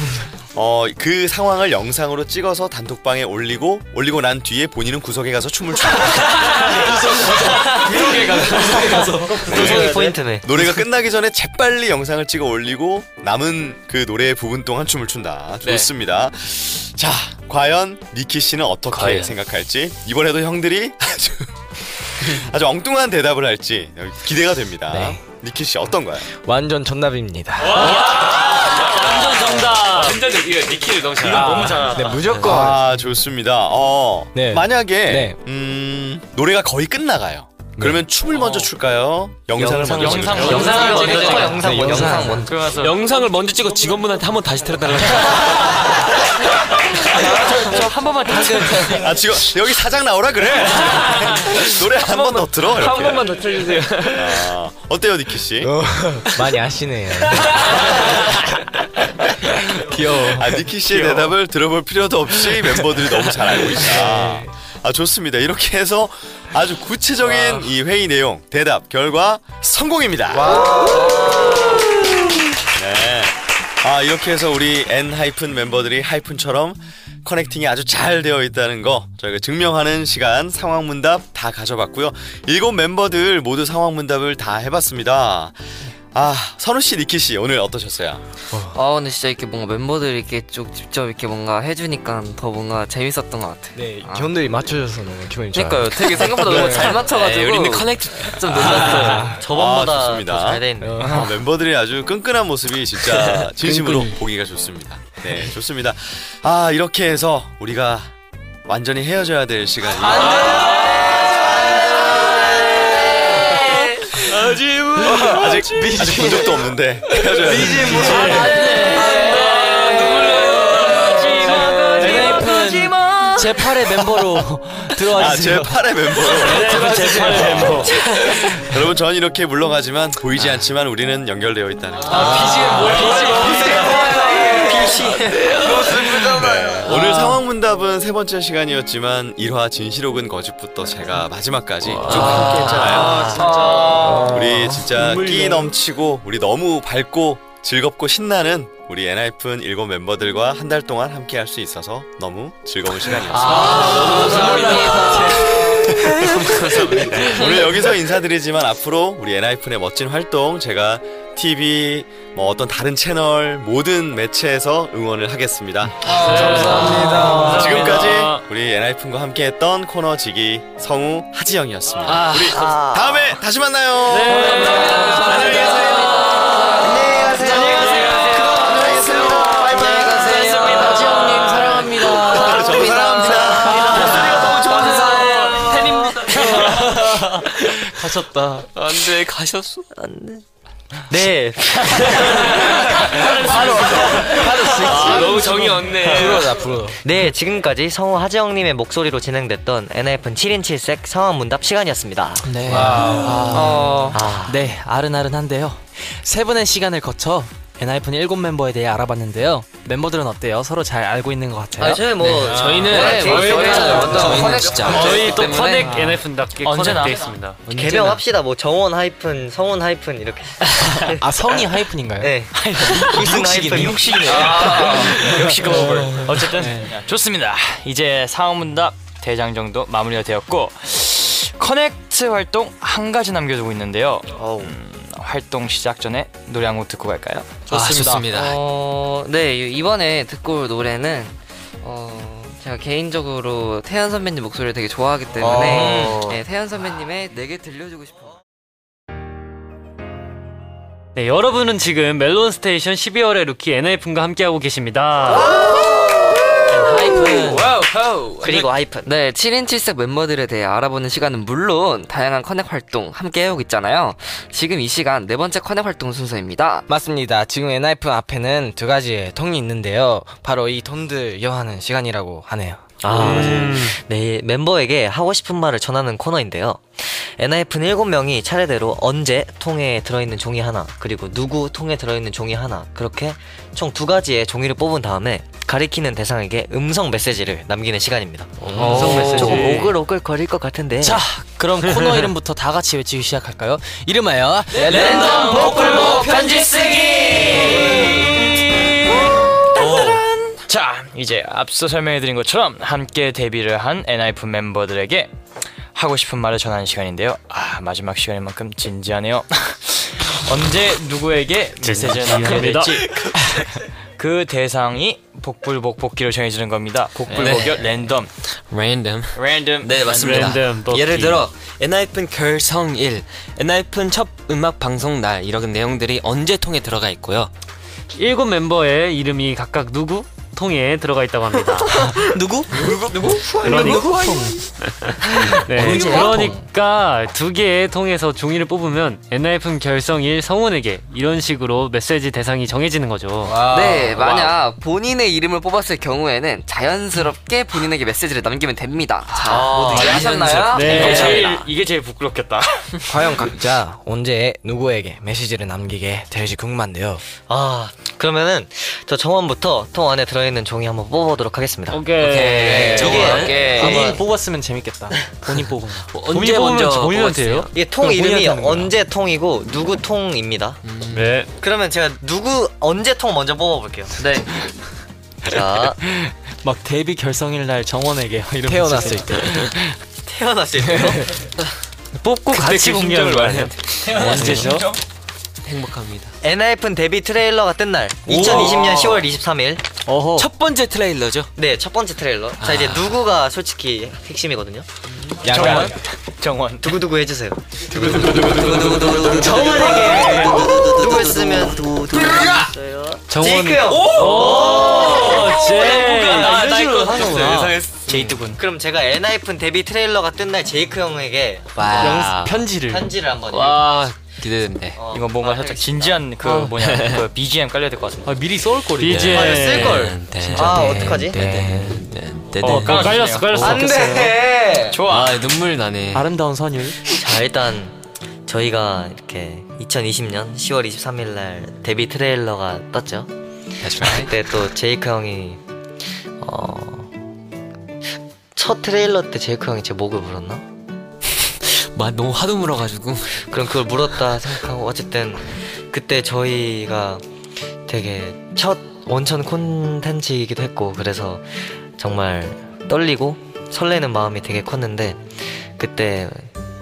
[SPEAKER 8] 어, 그 상황을 영상으로 찍어서 단톡방에 올리고 올리고 난 뒤에 본인은 구석에 가서 춤을 추고
[SPEAKER 1] 구석이 포인트네.
[SPEAKER 8] 노래가 끝나기 전에 재빨리 영상을 찍어 올리고 남은 그 노래의 부분 동안 춤을 춘다.
[SPEAKER 6] 네.
[SPEAKER 8] 좋습니다. 자, 과연 니키 씨는 어떻게
[SPEAKER 6] 과연.
[SPEAKER 8] 생각할지 이번에도 형들이 아주 아주 엉뚱한 대답을 할지 기대가 됩니다.
[SPEAKER 5] 네.
[SPEAKER 8] 니키 씨 어떤가요?
[SPEAKER 5] 완전 전납입니다.
[SPEAKER 6] 완전 정답. 완전 이거 니키를 너무 잘.
[SPEAKER 2] 너무 잘한다.
[SPEAKER 5] 네 무조건.
[SPEAKER 8] 아 좋습니다. 어
[SPEAKER 5] 네.
[SPEAKER 8] 만약에
[SPEAKER 5] 네.
[SPEAKER 8] 음, 노래가 거의 끝나가요. 그러면 춤을 먼저 출까요? 영상을
[SPEAKER 1] 영상,
[SPEAKER 8] 먼저
[SPEAKER 2] 영상,
[SPEAKER 8] 찍을까요?
[SPEAKER 2] 영상.
[SPEAKER 1] 영상
[SPEAKER 2] 먼저
[SPEAKER 1] 먼저,
[SPEAKER 2] 찍어요.
[SPEAKER 1] 영상
[SPEAKER 5] 네,
[SPEAKER 1] 먼저,
[SPEAKER 5] 영상.
[SPEAKER 1] 영상 먼저.
[SPEAKER 2] 그러면서
[SPEAKER 6] 영상을 먼저 찍어 직원분한테 한 번 다시 틀어달라고.
[SPEAKER 2] 저한 번만 다시
[SPEAKER 8] 아 지금 여기 사장 나오라 그래. 노래 한 번 더 들어. 이렇게.
[SPEAKER 6] 한 번만 더 틀어주세요.
[SPEAKER 8] 아, 어때요 니키 씨?
[SPEAKER 5] 어, 많이 아시네요. 귀여워.
[SPEAKER 8] 아 니키 씨의 대답을 들어볼 필요도 없이 멤버들이 너무 잘 알고
[SPEAKER 5] 네.
[SPEAKER 8] 있다. 아 좋습니다. 이렇게 해서 아주 구체적인 이 회의 내용, 대답, 결과 성공입니다. 네. 아 이렇게 해서 우리 N 하이픈 멤버들이 하이픈처럼 커넥팅이 아주 잘 되어 있다는 거 저희가 증명하는 시간 상황 문답 다 가져봤고요. 일곱 멤버들 모두 상황 문답을 다 해봤습니다. 아 선우 씨, 니키 씨 오늘 어떠셨어요?
[SPEAKER 7] 아 근데 진짜 이렇게 뭔가 멤버들이 이렇게 쭉 직접 이렇게 뭔가 해주니까 더 뭔가 재밌었던 것 같아.
[SPEAKER 5] 네
[SPEAKER 7] 아.
[SPEAKER 5] 형들이 맞춰줘서 너무 기분이 좋아요. 네.
[SPEAKER 7] 그러니까요. 되게 생각보다 너무 잘 맞춰가지고.
[SPEAKER 6] 네, 우리는 커넥트
[SPEAKER 7] 좀 놀랐어요.
[SPEAKER 8] 아,
[SPEAKER 1] 저번보다
[SPEAKER 8] 좋습니다.
[SPEAKER 1] 더잘돼 있네.
[SPEAKER 8] 아, 멤버들이 아주 끈끈한 모습이 진짜 진심으로 보기가 좋습니다. 네, 좋습니다. 아, 이렇게 해서 우리가 완전히 헤어져야 될 시간이 아직 아직 본 적도 없는데 헤어져야 돼.
[SPEAKER 7] 네,
[SPEAKER 1] 아.
[SPEAKER 3] 제 8의 멤버로 들어와
[SPEAKER 8] 아, 제
[SPEAKER 3] 주세요.
[SPEAKER 8] 8의 멤버로. 제 8의 멤버. 여러분, 전 이렇게 물러가지만 보이지 않지만 우리는 연결되어 있다는 거.
[SPEAKER 2] 아,
[SPEAKER 8] 네. 오늘 상황 문답은 세 번째 시간이었지만 1화 진실 혹은 거짓부터 제가 마지막까지 쭉 함께 했잖아요. 우리 진짜 끼 넘치고 우리 너무 밝고 즐겁고 신나는 우리 엔하이픈 일곱 멤버들과 한 달 동안 함께 할 수 있어서 너무 즐거운 시간이었습니다. 오늘 여기서 인사드리지만 앞으로 우리 엔하이픈의 멋진 활동 제가 TV 뭐 어떤 다른 채널 모든 매체에서 응원을 하겠습니다. 아, 감사합니다. 지금까지 우리 엔하이픈과 함께했던 코너지기 성우 하지영이었습니다. 우리 다음에 다시 만나요. 안녕히 계세요.
[SPEAKER 2] 네,
[SPEAKER 8] 안녕히 계세요. 바이바이.
[SPEAKER 7] 하지영님 사랑합니다.
[SPEAKER 8] 저도 사랑합니다. 목소리가 너무
[SPEAKER 7] 좋아서 팬입니다.
[SPEAKER 3] 가셨다.
[SPEAKER 6] 안돼 가셨어.
[SPEAKER 3] 네.
[SPEAKER 6] 아, 너무 정이 없네.
[SPEAKER 3] 부러다 부러.
[SPEAKER 1] 네, 지금까지 성우 하지영님의 목소리로 진행됐던 NFN 7인 7색 상황 문답 시간이었습니다.
[SPEAKER 3] 네.
[SPEAKER 7] 어,
[SPEAKER 1] 아,
[SPEAKER 3] 네, 아른아른한데요. 세 분의 시간을 거쳐 엔하이픈 일곱 멤버에 대해 알아봤는데요. 멤버들은 어때요? 서로 잘 알고 있는 것 같아요.
[SPEAKER 1] 저희 뭐
[SPEAKER 6] 저희는
[SPEAKER 7] 네,
[SPEAKER 6] 저희는
[SPEAKER 7] 저희는
[SPEAKER 6] 저희는
[SPEAKER 7] 완전
[SPEAKER 6] 아,
[SPEAKER 7] 커넥-
[SPEAKER 6] 진짜
[SPEAKER 4] 저희 또
[SPEAKER 7] 때문에.
[SPEAKER 4] 커넥 NF답게
[SPEAKER 2] 언제나.
[SPEAKER 4] 커넥돼 있습니다.
[SPEAKER 1] 개명합시다. 뭐 정원 하이픈, 성원 하이픈 이렇게.
[SPEAKER 3] 아 성이 하이픈인가요?
[SPEAKER 1] 네. 무슨 하이픈?
[SPEAKER 2] 육식이네. 아. 역시 글로벌. 어쨌든 좋습니다. 이제 상황문답 대장 정도 마무리가 되었고 커넥트 활동 한 가지 남겨두고 있는데요. 음, 활동 시작 전에 노래 한 곡 듣고 갈까요?
[SPEAKER 6] 아, 좋습니다. 좋습니다.
[SPEAKER 7] 어, 네 이번에 듣고 올 노래는 어, 제가 개인적으로 태연 선배님 목소리를 되게 좋아하기
[SPEAKER 6] 어.
[SPEAKER 7] 때문에 네, 태연 선배님의 내게 들려주고 싶어.
[SPEAKER 4] 네, 여러분은 지금 멜론 스테이션 12월의 루키 NF과 함께하고 계십니다.
[SPEAKER 7] 하이픈.
[SPEAKER 6] 와우 와우.
[SPEAKER 1] 그리고 하이픈.
[SPEAKER 7] 네, 7인 7색 멤버들에 대해 알아보는 시간은 물론 다양한 커넥 활동 함께 해오고 있잖아요. 지금 이 시간 네 번째 커넥 활동 순서입니다.
[SPEAKER 5] 맞습니다. 지금 엔하이픈 앞에는 두 가지의 통이 있는데요. 바로 이 돈들 여하는 시간이라고 하네요.
[SPEAKER 1] 아,
[SPEAKER 4] 음.
[SPEAKER 1] 맞아요. 네, 멤버에게 하고 싶은 말을 전하는 코너인데요. NF는 일곱 명이 차례대로 언제 통에 들어있는 종이 하나, 그리고 누구 통에 들어있는 종이 하나, 그렇게 총 두 가지의 종이를 뽑은 다음에 가리키는 대상에게 음성 메시지를 남기는 시간입니다. 어,
[SPEAKER 4] 음성 메시지.
[SPEAKER 1] 조금 오글오글 거릴 것 같은데.
[SPEAKER 3] 자, 그럼 코너 이름부터 다 같이 외치기 시작할까요? 이름하여
[SPEAKER 7] 랜덤 복불복 편지 쓰기!
[SPEAKER 2] 자, 이제 앞서 설명해드린 것처럼 함께 데뷔를 한 엔하이픈 멤버들에게 하고 싶은 말을 전하는 시간인데요. 아, 마지막 시간인 만큼 진지하네요. 언제 누구에게 메시지를 남겨야
[SPEAKER 4] 진지합니다.
[SPEAKER 2] 될지 그 대상이 복불복복기로 정해지는 겁니다. 복불복이요?
[SPEAKER 4] 네.
[SPEAKER 2] 랜덤.
[SPEAKER 6] 랜덤.
[SPEAKER 2] 랜덤.
[SPEAKER 6] 네 맞습니다.
[SPEAKER 4] 랜덤 버피.
[SPEAKER 6] 예를 들어 엔하이픈 결성일, 엔하이픈 첫 음악 방송 날 이런 내용들이 언제 통에 들어가 있고요.
[SPEAKER 4] 일곱 멤버의 이름이 각각 누구 통에 들어가 있다고 합니다.
[SPEAKER 1] 누구?
[SPEAKER 4] 그러니까, 네, 그러니까 두 개의 통에서 종이를 뽑으면 NF 결성일 성훈에게 이런 식으로 메시지 대상이 정해지는 거죠.
[SPEAKER 7] 네, 만약 본인의 이름을 뽑았을 경우에는 자연스럽게 본인에게 메시지를 남기면 됩니다. 자, 모두 이해하셨나요?
[SPEAKER 4] 네.
[SPEAKER 2] 이게
[SPEAKER 4] 네.
[SPEAKER 2] 제일, 이게 제일 부끄럽겠다.
[SPEAKER 5] 과연 각자 언제 누구에게 메시지를 남기게 될지 궁금한데요.
[SPEAKER 1] 아, 그러면은 저 정원부터 통 안에 들어있는 종이 한번 뽑아보도록 하겠습니다.
[SPEAKER 4] 어,
[SPEAKER 5] 네,
[SPEAKER 4] 네, 오케이.
[SPEAKER 1] 네.
[SPEAKER 3] 본인 뽑았으면 재밌겠다. 본인 뽑으면.
[SPEAKER 6] 언제 먼저
[SPEAKER 4] 보면 돼요?
[SPEAKER 1] 이게 통
[SPEAKER 3] 그럼
[SPEAKER 1] 이름이
[SPEAKER 3] 본인한테 하는 거야.
[SPEAKER 1] 언제 통이고 누구 통입니다.
[SPEAKER 4] 네.
[SPEAKER 1] 그러면 제가 누구 언제 통 먼저 뽑아볼게요. 네. 자
[SPEAKER 3] 막 데뷔 결성일 날 정원에게 이름 태어났을 때.
[SPEAKER 1] 태어났을 때요.
[SPEAKER 4] 뽑고 같이
[SPEAKER 2] 그
[SPEAKER 3] 그
[SPEAKER 4] 공개하는 거예요.
[SPEAKER 3] 언제죠?
[SPEAKER 6] 행복합니다.
[SPEAKER 1] 엔하이픈 데뷔 트레일러가 뜬 날 2020년 10월 23일
[SPEAKER 3] 어허.
[SPEAKER 6] 첫 번째 트레일러죠.
[SPEAKER 1] 네 첫 번째 트레일러 자 이제 누구가 솔직히 핵심이거든요
[SPEAKER 2] 정원. 정원.
[SPEAKER 1] 두구두구 해주세요 두구두구 정원에게 누구 했으면 제이크 형
[SPEAKER 6] 아, 나 이거
[SPEAKER 1] 제이트군 그럼 제가 엔하이픈 데뷔 트레일러가 뜬 날 제이크 형에게
[SPEAKER 6] 와,
[SPEAKER 3] 아. 편지를.
[SPEAKER 1] 편지를 한번
[SPEAKER 6] 와 기대된대.
[SPEAKER 1] 어,
[SPEAKER 2] 이거 뭔가
[SPEAKER 1] 아,
[SPEAKER 2] 살짝
[SPEAKER 1] 해야겠다.
[SPEAKER 2] 진지한 그 뭐냐, 그 BGM 깔려야 될 것 같습니다.
[SPEAKER 3] 아, 미리 써올 거리.
[SPEAKER 1] 아, 이거 쓸걸 아, 어떡하지?
[SPEAKER 4] 어,
[SPEAKER 6] 아, 네네.
[SPEAKER 4] 깔렸어, 깔렸어.
[SPEAKER 1] 안돼
[SPEAKER 6] 좋아. 아, 눈물 나네.
[SPEAKER 3] 아름다운 선율.
[SPEAKER 1] 자 일단 저희가 이렇게 2020년 10월 23일 날 데뷔 트레일러가 떴죠.
[SPEAKER 6] 다시 말해.
[SPEAKER 1] 그때 또 제이크 형이 어첫 트레일러 때 제이크 형이 제 목을 물었나?
[SPEAKER 6] 마, 너무 화도 물어가지고.
[SPEAKER 1] 그럼 그걸 물었다 생각하고 어쨌든 그때 저희가 되게 첫 원천 콘텐츠이기도 했고 그래서 정말 떨리고 설레는 마음이 되게 컸는데 그때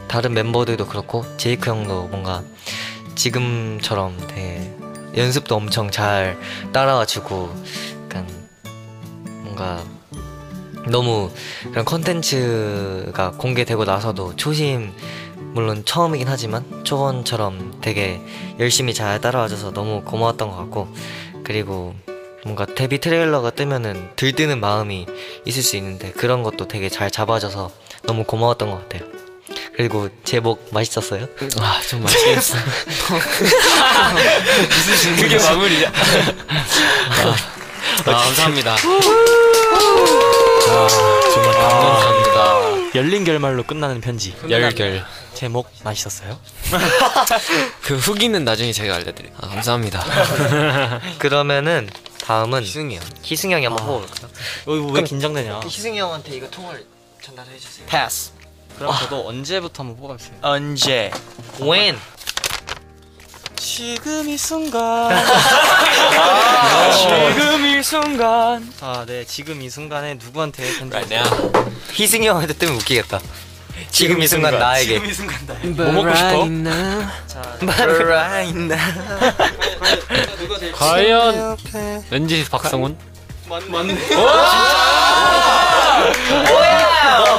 [SPEAKER 1] 다른 멤버들도 그렇고 제이크 형도 뭔가 지금처럼 되게 연습도 엄청 잘 따라와주고 약간 뭔가 너무 그런 컨텐츠가 공개되고 나서도 초심 물론 처음이긴 하지만 초반처럼 되게 열심히 잘 따라와줘서 너무 고마웠던 것 같고 그리고 뭔가 데뷔 트레일러가 뜨면은 들뜨는 마음이 있을 수 있는데 그런 것도 되게 잘 잡아줘서 너무 고마웠던 것 같아요. 그리고 제목 맛있었어요?
[SPEAKER 6] 아좀 맛있겠어. 그게 마무리야. 아, 감사합니다.
[SPEAKER 5] 정말
[SPEAKER 6] 감사합니다.
[SPEAKER 3] 열린 결말로 끝나는 편지.
[SPEAKER 6] 열결.
[SPEAKER 3] 제목 맛있었어요?
[SPEAKER 6] 그 후기는 나중에 제가 알려드릴. 아, 감사합니다.
[SPEAKER 1] 그러면은 다음은
[SPEAKER 6] 희승이요.
[SPEAKER 1] 희승 형이 한번 뽑아볼까요?
[SPEAKER 3] 어, 이거 왜 긴장되냐?
[SPEAKER 1] 희승 형한테 이거 통을 전달해 주세요.
[SPEAKER 2] 패스.
[SPEAKER 3] 그럼 저도 언제부터 한번 아. 뽑아주세요.
[SPEAKER 2] 언제?
[SPEAKER 1] 웬?
[SPEAKER 3] 지금 이 순간. 아,
[SPEAKER 2] 지금 이 순간.
[SPEAKER 3] 아, 네. 지금 이 순간에 누구한테 편지?
[SPEAKER 6] Right now.
[SPEAKER 1] 희승 형한테 뜨면 웃기겠다. 지금 이 순간 나에게.
[SPEAKER 3] 지금 이 순간 나.
[SPEAKER 6] 뭐 먹고 싶어?
[SPEAKER 3] 자,
[SPEAKER 1] 뭐
[SPEAKER 4] 과연 왠지 박성훈?
[SPEAKER 2] 뭐야